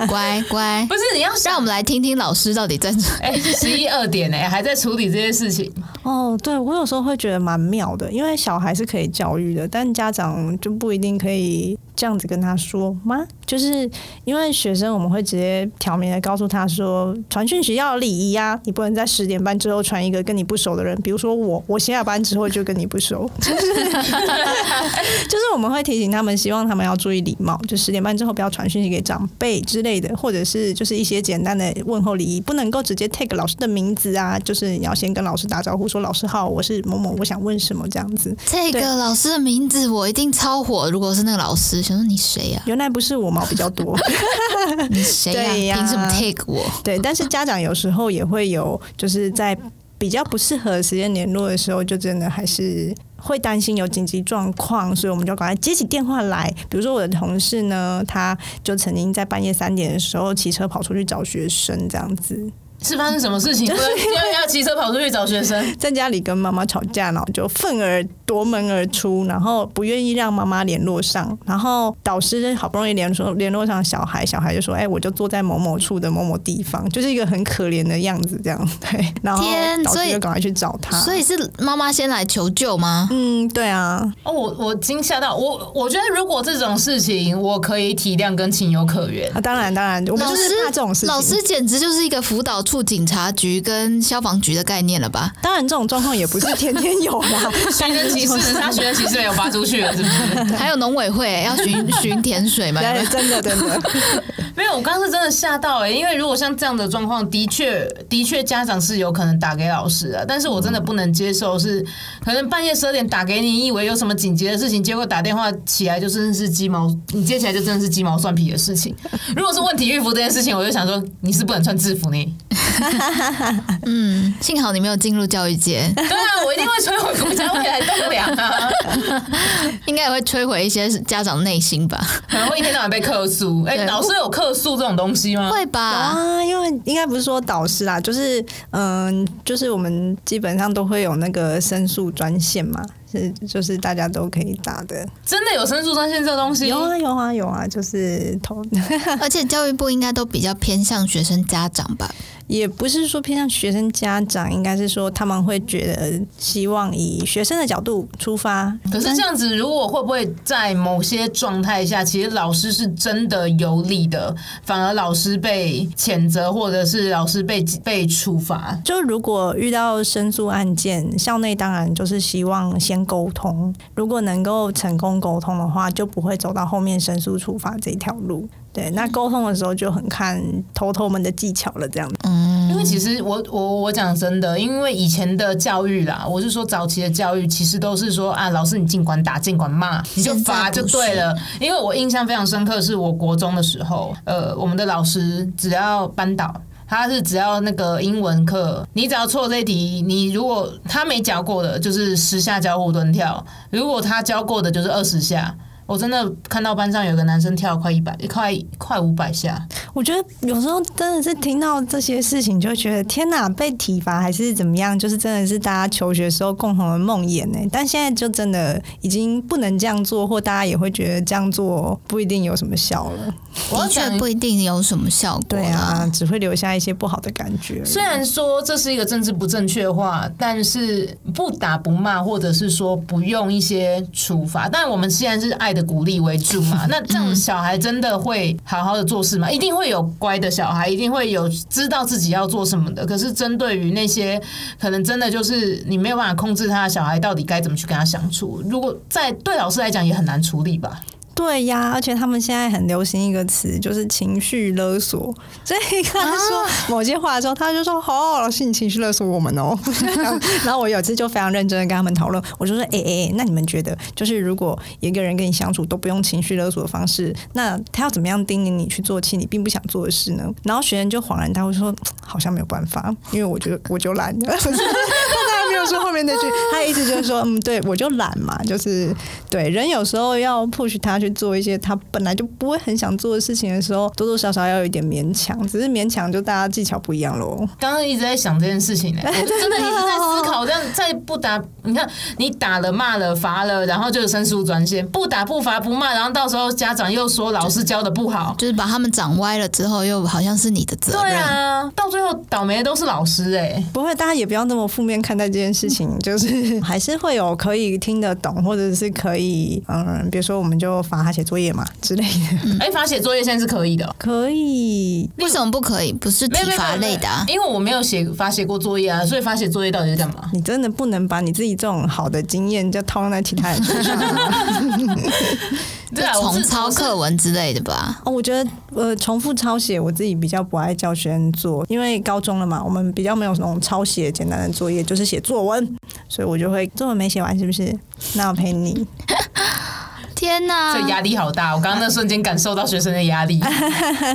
S3: 乖乖
S1: 不。是你要
S3: 让
S1: 想
S3: 我，们来听听老师到底在
S1: 哎、十一二点哎、还在处理这些事情，
S2: 哦，对我有时候会觉得蛮妙的，因为小孩是可以教育的，但家长就不一定可以这样子跟他说吗？就是因为学生，我们会直接挑明的告诉他说，传讯息要有礼仪啊，你不能在十点半之后传一个跟你不熟的人，比如说我，我下班之后就跟你不熟，就是就是我们会提醒他们，希望他们要注意礼貌，就十点半之后不要传讯息给长辈之类的，或者是就是一些简单的问候礼仪，不能够直接 take 老师的名字啊，就是你要先跟老师打招呼，说老师好，我是某某，我想问什么这样子。
S3: 这
S2: 对
S3: 个老师的名字，我一定超火。如果是那个老师，想说你谁 呀、
S2: 原来不是我毛比较多，
S3: 你谁
S2: 对呀
S3: 呀、凭什么 take 我？
S2: 对，但是家长有时候也会有，就是在比较不适合的时间联络的时候，就真的还是会担心有紧急状况，所以我们就赶快接起电话来。比如说我的同事呢，他就曾经在半夜三点的时候骑车跑出去找学生，这样子
S1: 是发生什么事 情？不要不要骑车跑出去找学生，
S2: 在家里跟妈妈吵架，然后就愤而夺门而出，然后不愿意让妈妈联络上，然后导师好不容易联络联络上小孩，小孩就说：“哎、我就坐在某某处的某某地方，就是一个很可怜的样子，这样对。”然后
S3: 天
S2: 导
S3: 所
S2: 师
S3: 以
S2: 就赶快去找他，
S3: 所以是妈妈先来求救吗？
S2: 嗯，对啊，
S1: 哦，我我惊吓到我，我觉得如果这种事情我可以体谅跟情有可 原，
S2: 啊，当然当然，我们
S3: 老
S2: 就是
S3: 师
S2: 怕这种事情。
S3: 老师简直就是一个辅导处、警察局跟消防局的概念 了吧？
S2: 当然这种状况也不 是天天有啦，
S1: 学生歧 视，他学生歧视没有发出去了，是不是？
S3: 还有农委会要巡 巡田水嘛？有
S2: 对，
S3: 没有
S2: 哎真的真的，
S1: 没有，我刚刚是真的吓到哎、欸，因为如果像这样的状况，的确的确家长是有可能打给老师的，但是我真的不能接受是，可能半夜十二点打给你，以为有什么紧急的事情，结果打电话起来就真的是鸡毛，你接起来就真的是鸡毛蒜皮的事情。 如果是问体育服这件事情，我就想说你是不能穿制服呢。
S3: 嗯，幸好你没有进入教育界。
S1: 对啊，我一定会摧毁国家未来栋不良啊，
S3: 应该也会摧毁一些家长内心吧？
S1: 可能会一天到晚被客诉。哎、
S3: 对
S1: 老师有客诉这种东西吗？
S3: 会吧？
S2: 啊，因为应该不是说导师啦，就是嗯、就是我们基本上都会有那个申诉专线嘛，是就是大家都可以打的。
S1: 真的有申诉专线这个东西？
S2: 有啊有啊有啊，就是投
S3: 而且教育部应该都比较偏向学生家长吧？
S2: 也不是说偏向学生家长，应该是说他们会觉得希望以学生的角度出发。
S1: 可是这样子，如果会不会在某些状态下，其实老师是真的有理的，反而老师被谴责，或者是老师被被处罚？
S2: 就如果遇到申诉案件，校内当然就是希望先沟通，如果能够成功沟通的话，就不会走到后面申诉处罚这一条路。对，那沟通的时候就很看头头们的技巧了，这样子。
S3: 嗯
S1: 因为其实我我我讲真的，因为以前的教育啦，我是说早期的教育，其实都是说啊，老师你尽管打，尽管骂，你就罚就对了。因为我印象非常深刻，是我国中的时候，呃，我们的老师只要班导。他是只要那个英文课，你只要错这一题，你如果他没教过的，就是十下交互蹲跳；如果他教过的，就是二十下。我真的看到班上有个男生跳快一百，快快五百下，
S2: 我觉得有时候真的是听到这些事情，就会觉得天哪，被体罚还是怎么样，就是真的是大家求学时候共同的梦魇呢。但现在就真的已经不能这样做，或大家也会觉得这样做不一定有什么效了。
S1: 我要
S3: 的确
S1: 讲
S3: 不一定有什么效果
S2: 对啊
S3: 啦。，
S2: 只会留下一些不好的感觉。
S1: 虽然说这是一个政治不正确的话，但是不打不骂，或者是说不用一些处罚，但我们现在是爱的鼓励为主嘛。那这样小孩真的会好好的做事吗？一定会有乖的小孩，一定会有知道自己要做什么的。可是针对于那些可能真的就是你没有办法控制他的小孩，到底该怎么去跟他相处？如果在对老师来讲也很难处理吧。
S2: 对呀，而且他们现在很流行一个词，就是情绪勒索。所以跟他说某些话的时候，他就说：“哦，老师，你情绪勒索我们哦。” 然后然后我有一次就非常认真的跟他们讨论，我就说：“哎、哎、哎那你们觉得，就是如果一个人跟你相处都不用情绪勒索的方式，那他要怎么样叮咛你去做其实你并不想做的事呢？”然后学员就恍然大悟说：“好像没有办法，因为我就我就懒了。”他还没有说后面那句，他的意思就是说，嗯，对我就懒嘛，就是对人有时候要 push 他去做一些他本来就不会很想做的事情的时候，多多少少要有一点勉强，只是勉强就大家技巧不一样喽。
S1: 刚刚一直在想这件事情 呢、我真的一直在思考，这样再不打，你看你打了、骂了、罚了，然后就有申诉专线，不打不罚不骂，然后到时候家长又说老师教的不好，
S3: 就是把他们长歪了之后，又好像是你的责任。
S1: 对啊，到最后倒霉的都是老师哎、
S2: 不会，大家也不要那么负面看待这件事情，就是还是会有可以听得懂，或者是可以，嗯，比如说我们就罚他写作业嘛之类的，
S1: 哎、罚写作业现在是可以的哦。
S2: 可以。
S3: 为什么不可以？不是体
S1: 没有没有
S3: 罚
S1: 没有
S3: 类的、啊。
S1: 因为我没有写罚写过作业啊，所以罚写作业到底是干嘛？
S2: 你真的不能把你自己这种好的经验就套用在其他人身上啊。
S1: 对啊，我
S3: 重
S1: 是
S3: 抄
S1: 我是
S3: 课文之类的吧，
S2: 哦，我觉得呃，重复抄写我自己比较不爱教学生做，因为高中了嘛，我们比较没有那种抄写简单的作业，就是写作文，所以我就会作文没写完是不是？那我陪你。
S3: 天哪！
S1: 这压力好大，我刚刚那瞬间感受到学生的压 力。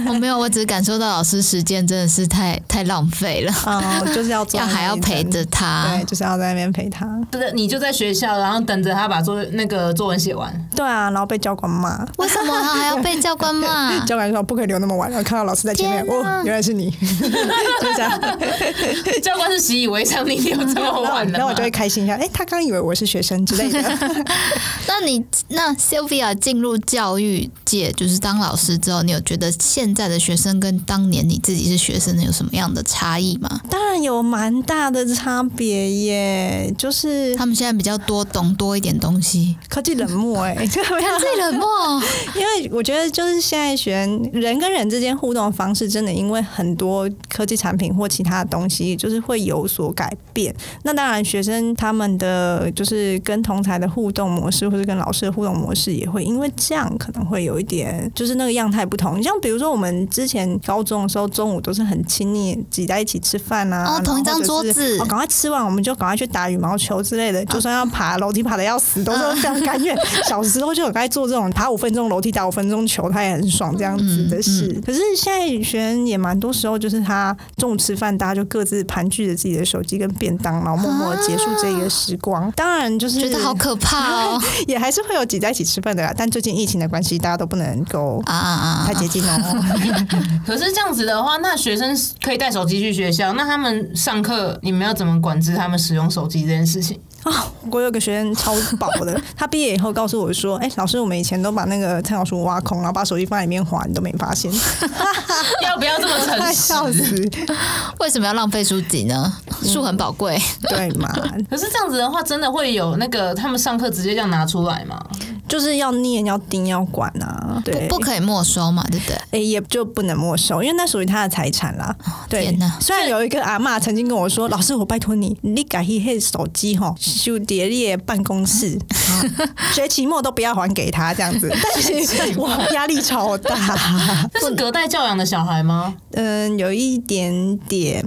S3: 我没有，我只是感受到老师时间真的是太太浪费 了，
S2: 哦、就是要做
S3: 要还要陪着他
S2: 对，。就是要在那边陪他。
S1: 对，你就在学校，然后等着他把作那个作文写完。
S2: 对啊，然后被教官骂。
S3: 为什么他还要被教 官骂？
S2: 教官说不可以留那么晚，然后看到老师在前面，
S3: 天哪
S2: 哦，原来是你， 就这样。
S1: 教官是习以为常，你有这么
S2: 然后我
S1: 晚的吗？
S2: 然后我就会开心一下，哎、他刚以为我是学生之类的。
S3: 那你那 Sylvia 进入教育界，就是当老师之后，你有觉得现在的学生跟当年你自己是学生有什么样的差异吗？
S2: 当然有蛮大的差别耶，就是
S3: 他们现在比较多懂多一点东西，
S2: 科技冷漠哎、
S1: 啊
S3: 看自己冷漠，
S2: 因为我觉得就是现在学生人跟人之间互动的方式，真的因为很多科技产品或其他的东西，就是会有所改变。那当然，学生他们的就是跟同才的互动模式，或是跟老师的互动模是也会因为这样可能会有一点，就是那个样态不同。像比如说我们之前高中的时候，中午都是很亲密挤在一起吃饭啊，
S3: 哦同一张
S2: 然后或者是
S3: 桌子
S2: 哦，赶快吃完我们就赶快去打羽毛球之
S3: 啊
S2: 类的，就算要爬楼梯爬的要死，都是这样甘 愿。小时候就很爱做这种爬五分钟楼梯打五分钟球，他也很爽这样子
S3: 嗯
S2: 的事。可是现在学生也蛮多时候，就是他中午吃饭，大家就各自盘踞着自己的手机跟便当，然后默默地结束这个时光。当然就是
S3: 啊觉得好可怕哦
S2: 也还是会有挤在一起吃饭的啦，但最近疫情的关系，大家都不能够
S3: 啊啊啊！
S2: 太接近哦。
S1: 可是这样子的话，那学生可以带手机去学校，那他们上课你们要怎么管制他们使用手机这件事情？
S2: 啊我有个学生超饱的， 他毕业以后告诉我说：“哎、老师，我们以前都把那个参考书挖空，然后把手机放在里面滑，你都没发现。”
S1: 要不要这么
S2: 快
S1: 诚
S2: 笑
S1: 实？
S2: 死，
S3: 为什么要浪费书籍呢？书很宝贵，
S2: 对嘛？
S1: 可是这样子的话，真的会有那个他们上课直接这样拿出来吗？
S2: 就是要念、要盯、要管啊，对，
S3: 不不可以没收嘛，对不对？
S2: 哎、也就不能没收，因为那属于他的财产啦。对
S3: 哦天哪，
S2: 虽然有一个阿嬷曾经跟我说：“老师，我拜托你，你改一黑手机吼，修叠列办公 室，学期末都不要还给他这样子。”但是我压力超大，
S1: 这是隔代教养的小孩吗？
S2: 嗯，有一点点，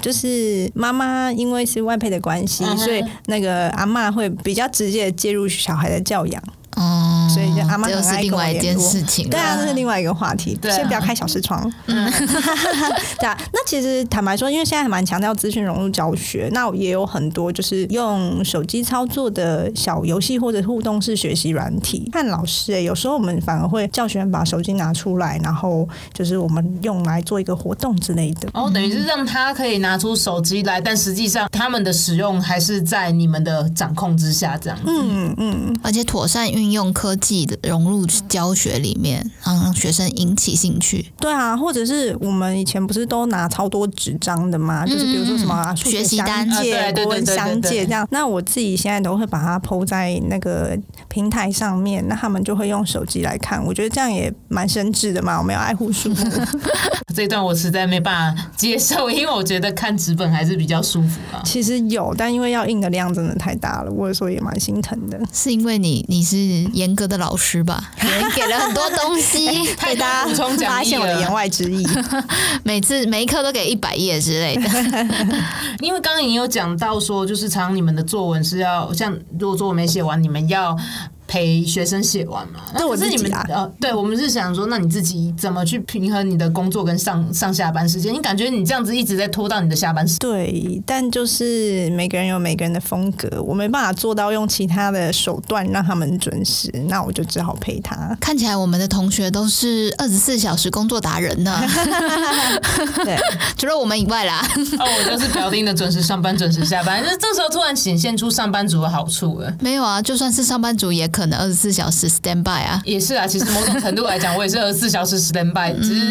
S2: 就是妈妈因为是外配的关系，
S1: 嗯哼
S2: 所以那个阿嬷会比较直接地介入小孩的教养。
S3: 嗯，
S2: 所以就阿嬷
S3: 这又
S2: 很
S3: 是
S2: 爱
S3: 另
S2: 跟我
S3: 外一
S2: 联
S3: 件
S2: 络
S3: 事情了。
S2: 对啊，这是另外一个话题，
S1: 嗯对啊
S2: 先不要开小视窗。嗯， 对啊。那其实坦白说，因为现在还蛮强调资讯融入教学，那也有很多就是用手机操作的小游戏或者互动式学习软体。看老师、欸，有时候我们反而会叫学生把手机拿出来，然后就是我们用来做一个活动之类的。
S1: 然后等于是让他可以拿出手机来，但实际上他们的使用还是在你们的掌控之下，这样。
S2: 嗯嗯，
S3: 而且妥善运用科技的融入教学里面，然后让学生引起兴趣。
S2: 对啊，或者是我们以前不是都拿超多纸张的
S1: 嗯
S2: 嘛，就是比如说什么、啊、数学
S3: 学习单
S2: 详解
S1: 啊对对
S2: 国文
S1: 对对
S2: 详
S1: 对
S2: 解
S1: 对
S2: 这样。那我自己现在都会把它抛在那个平台上面，那他们就会用手机来看。我觉得这样也蛮深挚的嘛，我们要爱护树木。
S1: 这一段我实在没办法接受，因为我觉得看纸本还是比较舒服啊。
S2: 其实有，但因为要印的量真的太大了，我有时候也蛮心疼的。
S3: 是因为你你是严格的老 师吧？你给了很多东西
S1: 太
S3: 给大
S1: 补
S3: 家，
S1: 充
S2: 发
S1: 讲义
S2: 现我的言
S1: 了，
S2: 外 之意，
S3: 每次每一课都给一百页之类 的。
S1: 因为刚刚你有讲到说，就是常你们的作文是要像如果作文没写完，你们要。陪学生写完嘛？那
S2: 对我
S1: 可
S2: 自
S1: 是
S2: 己
S1: 你们
S2: 啦
S1: 呃，对我们是想说，那你自己怎么去平衡你的工作跟上上下班时间？你感觉你这样子一直在拖到你的下班时间
S2: 对，但就是每个人有每个人的风格，我没办法做到用其他的手段让他们准时，那我就只好陪他。
S3: 看起来我们的同学都是二十四小时工作达人 呢，
S2: 对，
S3: 除了我们以外啦。
S1: 哦，我就是表定的准时上班、准时下班，就是这时候突然显现出上班族的好处了。
S3: 没有啊，就算是上班族，也可能二十四小时 stand by 啊。
S1: 也是啊，其实某种程度来讲，我也是二十四小时 stand by，只是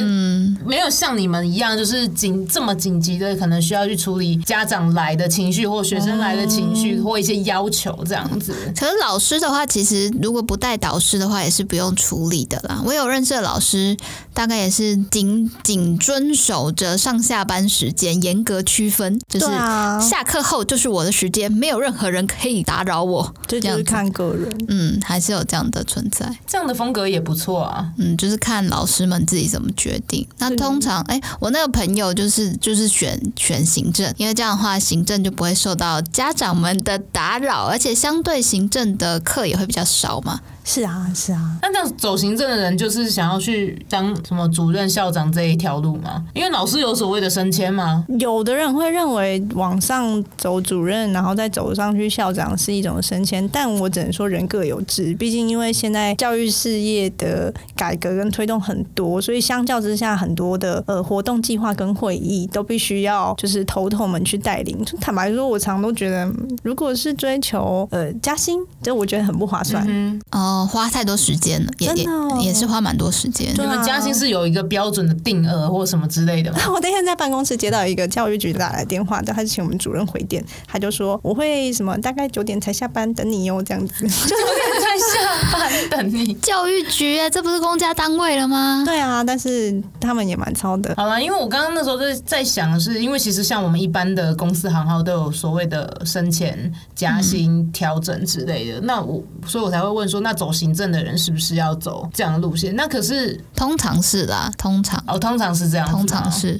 S1: 没有像你们一样，就是紧这么紧急的，可能需要去处理家长来的情绪或学生来的情绪或一些要求这样子。
S3: 可是老师的话，其实如果不带导师的话，也是不用处理的啦。我有认识的老师，大概也是仅仅遵守着上下班时间，严格区分，就 是
S2: 对啊
S3: 下课后就是我的时间，没有任何人可以打扰我。
S2: 这
S3: 这
S2: 就
S3: 样
S2: 是
S3: 子
S2: 看个人。
S3: 嗯，还是有这样的存在。
S1: 这样的风格也不错啊。
S3: 嗯，就是看老师们自己怎么决定。那通常，哎、我那个朋友就是就是选选行政，因为这样的话，行政就不会受到家长们的打扰，而且相对行政的课也会比较少嘛。
S2: 是啊，是啊，
S1: 那这样走行政的人，就是想要去当什么主任、校长这一条路吗？因为老师有所谓的升迁吗？
S2: 有的人会认为往上走主任，然后再走上去校长是一种升迁，但我只能说人各有志。毕竟因为现在教育事业的改革跟推动很多，所以相较之下，很多的呃活动计划跟会议都必须要就是头头们去带领。就坦白说，我常都觉得，嗯如果是追求呃加薪，这我觉得很不划算。
S1: 嗯，
S3: 哦，花太多时间了，也
S2: 真的哦啊
S3: 也也是花蛮多时间。
S1: 你们加薪是有一个标准的定额或什么之类的 吗？
S2: 我那天在办公室接到一个教育局打来电话，但他是请我们主任回电，哦 他就说我会什么大概九点才下班等你哟，这样子。
S1: 太下班等你。
S3: 教育局、欸，这不是公家单位了吗？
S2: 对啊，但是他们也蛮糙的。
S1: 好了，因为我刚刚那时候在在想的是，因为其实像我们一般的公司行号都有所谓的升迁、加薪、调整之类
S3: 嗯
S1: 的，那我所以我才会问说，那走行政的人是不是要走这样的路线？那可是
S3: 通常是啦，通常
S1: 哦，通常是这样子吗，
S3: 通常是。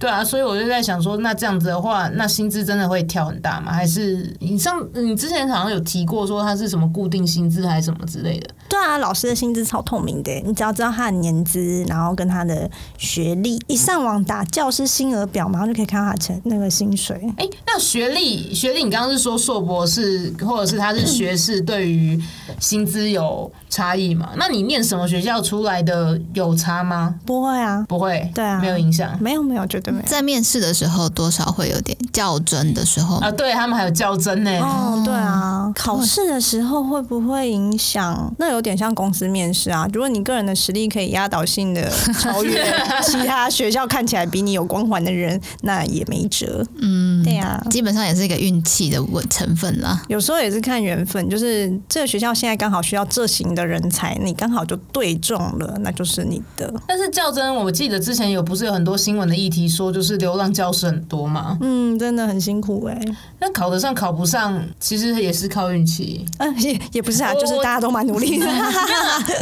S1: 对啊，所以我就在想说，那这样子的话，那薪资真的会跳很大吗？还是你上你之前好像有提过说它是什么固定薪资还是什么之类的？
S2: 对啊，老师的薪资超透明的，你只要知道他的年资，然后跟他的学历，一上网打教师薪额表，马上就可以看到他的钱那个薪水。
S1: 哎、那学历学历，你刚刚是说硕博士或者是
S3: 嗯
S1: 他是学士，对于薪资有差异吗？那你念什么学校出来的有差吗？
S2: 不会啊，
S1: 不会，
S2: 对啊
S1: 没有影响
S2: 没有没有，绝对没有。
S3: 在面试的时候，多少会有点较真的时候，
S2: 嗯
S1: 啊。对他们还有较真呢、
S2: 哦，对啊，考试的时候会不会影响？那有点像公司面试啊。如果你个人的实力可以压倒性的超越其他学校看起来比你有光环的人，那也没辙。嗯，对呀、
S3: 基本上也是一个运气的成分啦。
S2: 有时候也是看缘分，就是这个学校现在刚好需要这型的人才，你刚好就对中了，那就是你的。
S1: 但是较真，我记得之前有不是有很多新闻的议题说，就是流浪教师很多嘛。
S2: 嗯，真的很辛苦哎、
S1: 那考得上考不上，其实也是靠运 气。
S2: 嗯、也也不是啊，
S1: 我
S2: 就是大家都蛮努力的。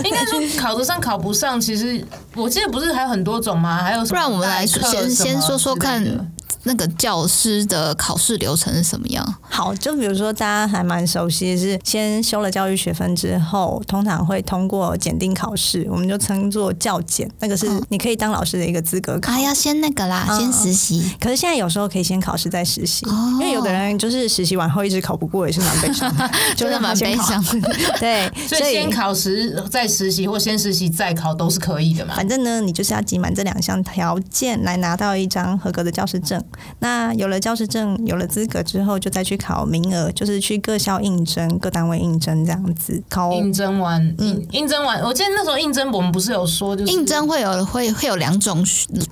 S1: 应该说考得上考不上，其实我记得不是还有很多种吗？还有什么
S3: 不然我们来
S1: 代
S3: 说
S1: 课
S3: 先
S1: 什么
S3: 先说说
S1: 之类
S3: 看
S1: 的
S3: 那个教师的考试流程是什么样？
S2: 好，就比如说大家还蛮熟悉的是，先修了教育学分之后，通常会通过检定考试，我们就称作教检，那个是
S3: 嗯
S2: 你可以当老师的一个资格考。
S3: 啊，要先那个啦，
S2: 嗯
S3: 先实习。
S2: 可是现在有时候可以先考试再实习，
S3: 哦
S2: 因为有的人就是实习完后一直考不过，也是蛮悲伤 的，就
S3: 真的
S2: 让他
S3: 蛮
S2: 先
S3: 悲
S2: 考
S3: 伤。 的，
S2: 对，
S1: 所以先考实再实习，或先实习再考都是可以的嘛。
S2: 反正呢，你就是要集满这两项条件来拿到一张合格的教师证。那有了教师证，有了资格之后，就再去考名额，就是去各校应征、各单位应征这样子。
S3: 哦
S2: 考
S1: 应征完，应应征完，我记得那时候应征我们不是有说，就是
S3: 嗯应征会有会会有两种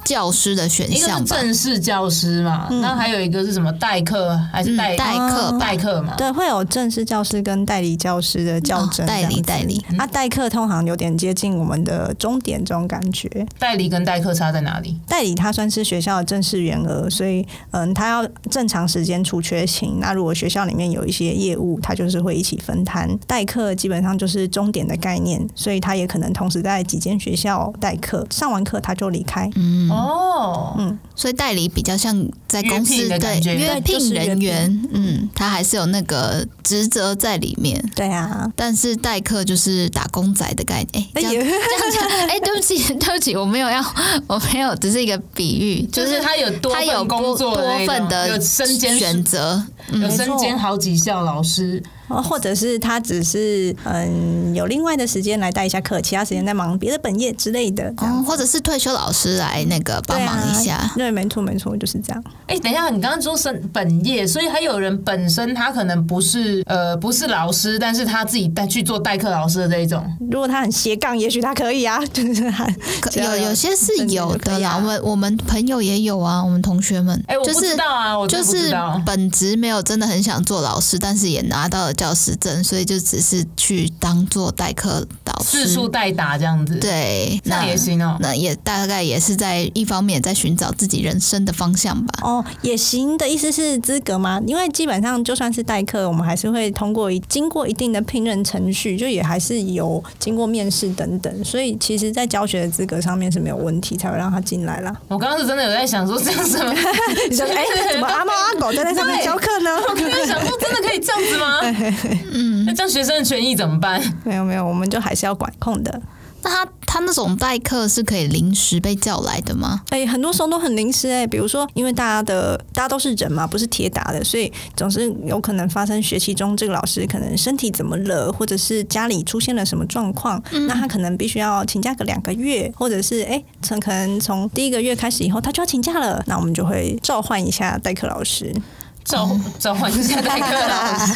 S3: 教师的选
S1: 一个是
S3: 项吧？
S1: 正式教师嘛，那还有一个是什么代课还是代
S3: 嗯代课吧
S1: 代课嘛？
S2: 对，会有正式教师跟代理教师的较真、
S3: 哦代理
S2: 这样子
S3: 代理。
S2: 啊，代课通常有点接近我们的终点这种感觉。
S1: 代理跟代课差在哪里？
S2: 代理他算是学校的正式员额，所以嗯，他要正常时间出缺勤。那如果学校里面有一些业务，他就是会一起分摊。代课基本上就是终点的概念，所以他也可能同时在几间学校代课，上完课他就离开。
S3: 嗯
S1: 哦，
S3: 所以代理比较像在公司
S1: 约聘的
S3: 对
S1: 感觉
S3: 约
S2: 就是
S3: 聘
S2: 约
S3: 人
S2: 聘
S3: 员，嗯，他还是有那个职责在里面。
S2: 对啊，
S3: 但是代课就是打工仔的概念，哎、
S2: 哎
S3: 这样
S2: 也
S3: 这样讲， 哎、对不起， 对不起，我没有要，我没有，只是一个比喻，
S1: 就
S3: 就是是
S1: 他有多
S3: 他有
S1: 份
S3: 多
S1: 工作的
S3: 多
S1: 那
S3: 份
S1: 种
S3: 的
S1: 有身兼
S3: 选择，
S1: 有
S2: 没
S1: 身
S2: 错
S1: 兼好几校老师，
S2: 哦或者是他只是嗯有另外的时间来带一下课，其他时间在忙别的本业之类的这样。
S3: 嗯，或者是退休老师来那个帮
S2: 对
S3: 忙一
S2: 啊
S3: 下。，
S2: 对，没错没错，就是这样。
S1: 哎、等一下，你刚刚说身本业，所以还有人本身他可能不是呃不是老师，但是他自己带去做代课老师的这一种。
S2: 如果他很斜杠，也许他可以啊， 就是他
S3: 可
S2: 只要
S3: 有有些是
S2: 正职
S3: 有
S2: 就可
S3: 的
S2: 以
S3: 啦，
S2: 啊
S3: 我们我们朋友也有啊，我们同学们，
S1: 哎、我
S3: 就
S1: 不知
S3: 是
S1: 道啊，我真的
S3: 就
S1: 不知
S3: 是
S1: 道。
S3: 本职没有真的很想做老师，但是也拿到了教师证，所以就只是去当做代课导
S1: 四
S3: 师
S1: 处。代打这样子，，
S3: 对，
S1: 这样也行哦、
S3: 那也大概也是在一方面在寻找自己人生的方向吧。
S2: 哦，也行的意思是资格吗？因为基本上就算是代课，我们还是会通过一经过一定的聘任程序，就也还是有经过面试等等，所以其实，在教学的资格上面是没有问题，才会让他进来啦。
S1: 我刚刚是真的有在想说这样 什么，
S2: 你说，哎、怎么阿猫阿狗在那上面教课呢？
S1: 我刚刚想说真的可以这样子吗？ 嗯，那这样学生的权益怎么办？
S2: 没有没有，我们就还是要管控的。
S3: 那他他那种代课是可以临时被叫来的吗？
S2: 哎、很多时候都很临时哎、比如说，因为大家的大家都是人嘛，不是铁打的，所以总是有可能发生学期中这个老师可能身体怎么了，或者是家里出现了什么状况，那他可能必须要请假个两个月，或者是哎，从、可能从第一个月开始以后他就要请假了，那我们就会召唤一下代课老师。
S1: 召召唤一下代课老 师，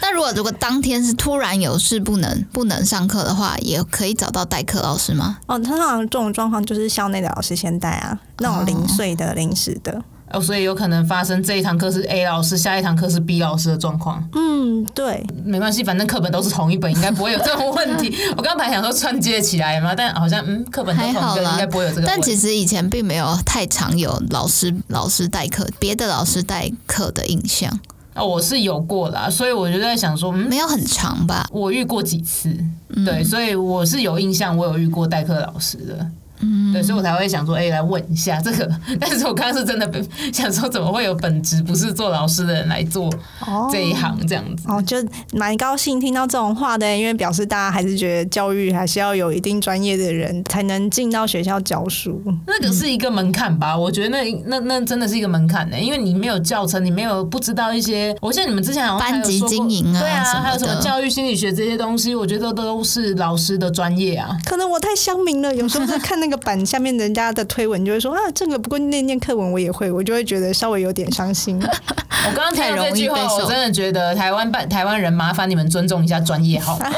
S3: 那如果如果当天是突然有事不能不能上课的话，也可以找到代课老师吗？
S2: 哦，通常这种状况就是校内的老师先带啊，那种零碎的、临时的。
S1: 哦，所以有可能发生这一堂课是 A 老师，下一堂课是 B 老师的状况。
S2: 嗯，对，
S1: 没关系，反正课本都是同一本，应该不会有这种问 题。我刚刚本来想说串接起来嘛，但好像嗯，课本都
S3: 还
S1: 同一
S3: 好
S1: 个，应
S3: 啦
S1: 该不会有这个问题。
S3: 但其实以前并没有太常有老师老师代课，别的老师代课的印象
S1: 啊，我是有过啦，所以我就在想说，嗯，
S3: 没有很长吧。
S1: 我遇过几次，
S3: 嗯
S1: 对，所以我是有印象，我有遇过代课老师的。嗯，对，所以我才会想说，哎、来问一下这个。 但是我刚刚是真的被想说，怎么会有本职不是做老师的人来做
S2: 哦
S1: 这一行这样子？
S2: 哦，就蛮高兴听到这种话的，因为表示大家还是觉得教育还是要有一定专业的人才能进到学校教书。
S1: 那个是一个门槛吧？我觉得那那那真的是一个门槛呢、因为你没有教程，你没有不知道一些。我记得你们之前好像还有
S3: 班级
S1: 说过
S3: 经营啊
S1: 对啊，
S3: 什么
S1: 还有什么
S3: 的
S1: 教育心理学这些东西，我觉得都是老师的专业啊。
S2: 可能我太乡民了，有时候在看那个版下面人家的推文，就会说啊，这个不过念念课文我也会，我就会觉得稍微有点伤心。
S1: 我刚刚听到这句
S3: 太
S1: 话，
S3: 容易被
S1: 我
S3: 受
S1: 真的觉得台湾办台湾人，麻烦你们尊重一下专业好吗？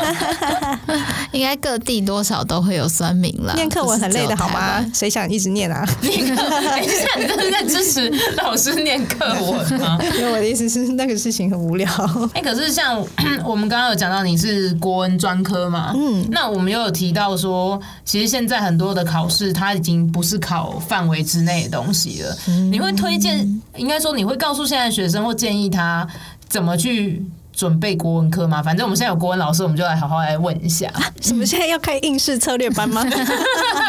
S3: 应该各地多少都会有酸民啦。
S2: 念课文很累的好
S3: 不是只有台
S2: 吗
S3: 湾？？
S2: 谁想一直念啊？
S1: 念课，等一下，你真的在支持老师念课文吗？
S2: 因为我的意思是那个事情很无聊。
S1: 哎、可是像我们刚刚有讲到你是国文专科嘛，嗯，那我们又有提到说，其实现在很多的考试它已经不是考范围之内的东西了。你会推荐，应该说你会告诉现在的学生或建议他怎么去准备国文科吗？反正我们现在有国文老师，我们就来好好来问一下。
S2: 什么现在要开应试策略班吗？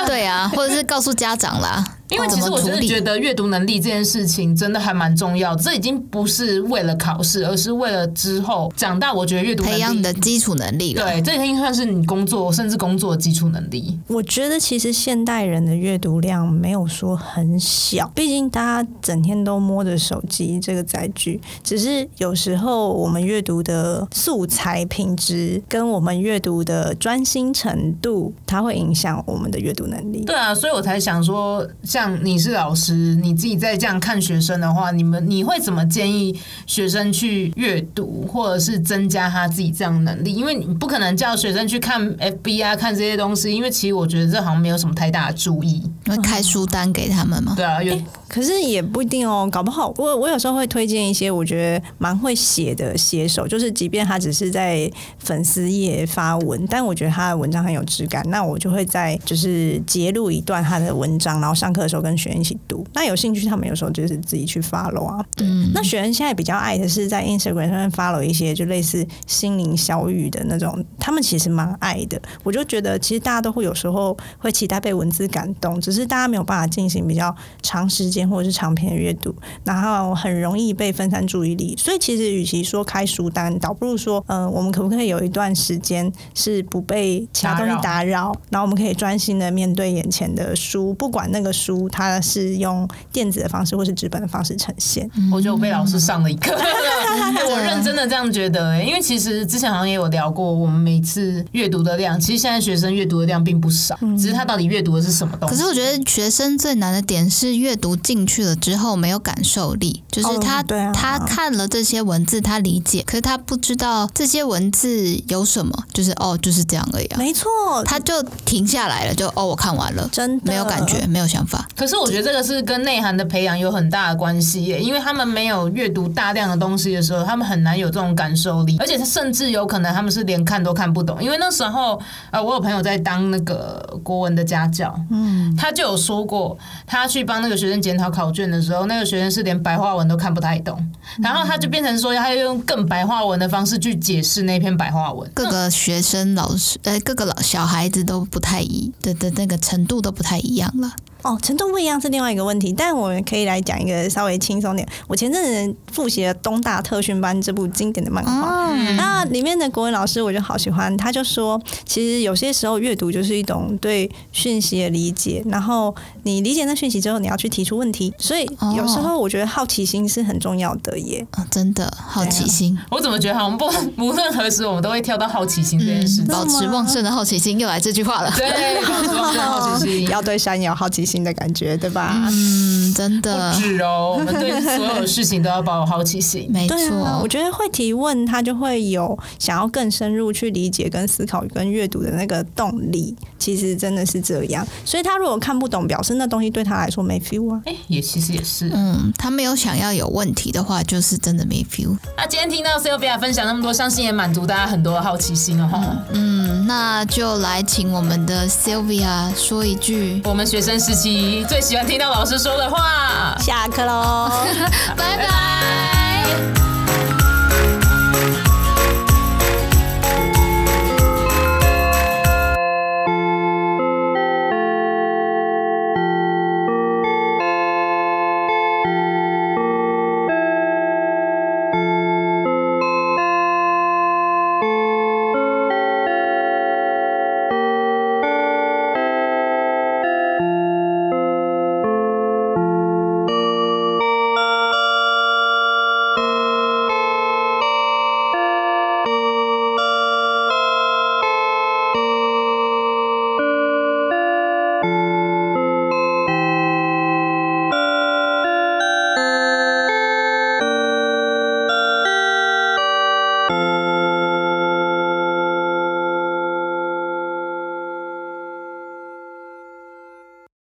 S3: 对啊，或者是告诉家长啦。
S1: 因为其实我真
S3: 哦怎么
S1: 的
S3: 处理
S1: 觉得阅读能力这件事情真的还蛮重要，这已经不是为了考试，而是为了之后长大，我觉得阅读能力
S3: 培养你的基础能力了。
S1: 对，这已经算是你工作甚至工作的基础能力。
S2: 我觉得其实现代人的阅读量没有说很小，毕竟大家整天都摸着手机这个载具，只是有时候我们阅读的素材品质跟我们阅读的专心程度，它会影响我们的阅读能力。
S1: 对啊，所以我才想说，像你是老师，你自己在这样看学生的话，你们你会怎么建议学生去阅读，或者是增加他自己这样的能力？因为你不可能叫学生去看 FB 啊，看这些东西，因为其实我觉得这好像没有什么太大的注意。
S3: 会
S2: 嗯
S3: 开书单给他们吗？
S1: 对啊，有
S2: 可是也不一定哦，搞不好我我有时候会推荐一些我觉得蛮会写的写手，就是即便他只是在粉丝页发文，但我觉得他的文章很有质感，那我就会在就是截录一段他的文章，然后上课的时候跟学员一起读。那有兴趣，他们有时候就是自己去 follow 啊。对，那学员现在比较爱的是在 Instagram 上面 follow 一些就类似心灵小语的那种，他们其实蛮爱的。我就觉得其实大家都会有时候会期待被文字感动，只是大家没有办法进行比较长时间或者是长篇的阅读，然后很容易被分散注意力。所以其实与其说开书单，倒不如说，嗯、我们可不可以有一段时间是不被其他东西打扰，然后我们可以专心的面对眼前的书，不管那个书它是用电子的方式或是纸本的方式呈现。
S1: 我觉得我
S3: 嗯
S1: 被老师上了一 课，我认真的这样觉得、欸，因为其实之前好像也有聊过，我们每次阅读的量，其实现在学生阅读的量并不少，只是他到底阅读的是什么东西。
S3: 嗯可是我觉得学生最难的点是阅读进去了之后没有感受力，就是他、
S2: 哦对啊
S3: 他看了这些文字，他理解，可是他不知道这些文字有什么，就是哦就是这样而已、啊，
S2: 没错，
S3: 他就停下来了，就哦我看完了，
S2: 真的
S3: 没有感觉，没有想法。
S1: 可是我觉得这个是跟内涵的培养有很大的关系耶，因为他们没有阅读大量的东西的时候，他们很难有这种感受力，而且甚至有可能他们是连看都看不懂。因为那时候，呃，我有朋友在当那个国文的家教，嗯，他就有说过，他去帮那个学生检讨考卷的时候，那个学生是连白话文都看不太懂，然后他就变成说，他要用更白话文的方式去解释那篇白话文。
S3: 各个学生、老师，
S2: 嗯
S3: 呃，各个老小孩子都不太一的的那个程度都不太一样了。
S2: 哦，程度不一样是另外一个问题，但我们可以来讲一个稍微轻松点。我前阵子复习了《东大特训班》这部经典的漫
S3: 哦
S2: 画，那
S3: 嗯
S2: 里面的国文老师我就好喜欢，他就说，其实有些时候阅读就是一种对讯息的理解，然后你理解那讯息之后，你要去提出问题，所以
S3: 哦
S2: 有时候我觉得好奇心是很重要的耶。
S3: 啊、真的好奇心，
S1: 我怎么觉得好像不无论何时我们都会跳到好奇心这件事
S3: 嗯，
S1: 情。
S3: 保持旺盛的好奇心，又来这句话了。
S1: 对，
S3: 哦
S1: 保持好奇心，
S2: 要对山有好奇心的感觉，对吧？
S3: 嗯，真的
S1: 不，止哦，我们对所有事情都要抱有好奇心。
S3: 没
S2: 对
S3: 错。
S2: 啊，我觉得会提问，他就会有想要更深入去理解、跟思考、跟阅读的那个动力。其实真的是这样。所以他如果看不懂，表示那东西对他来说没 feel 啊。
S1: 哎、也其实也是。
S3: 嗯，他没有想要有问题的话，就是真的没 feel。
S1: 那今天听到 Sylvia 分享那么多，相信也满足大家很多的好奇心哦。
S3: 嗯，那就来请我们的 Sylvia 说一句，
S1: 我们学生时期最喜欢听到老师说的话。
S2: 下课喽。
S3: 拜拜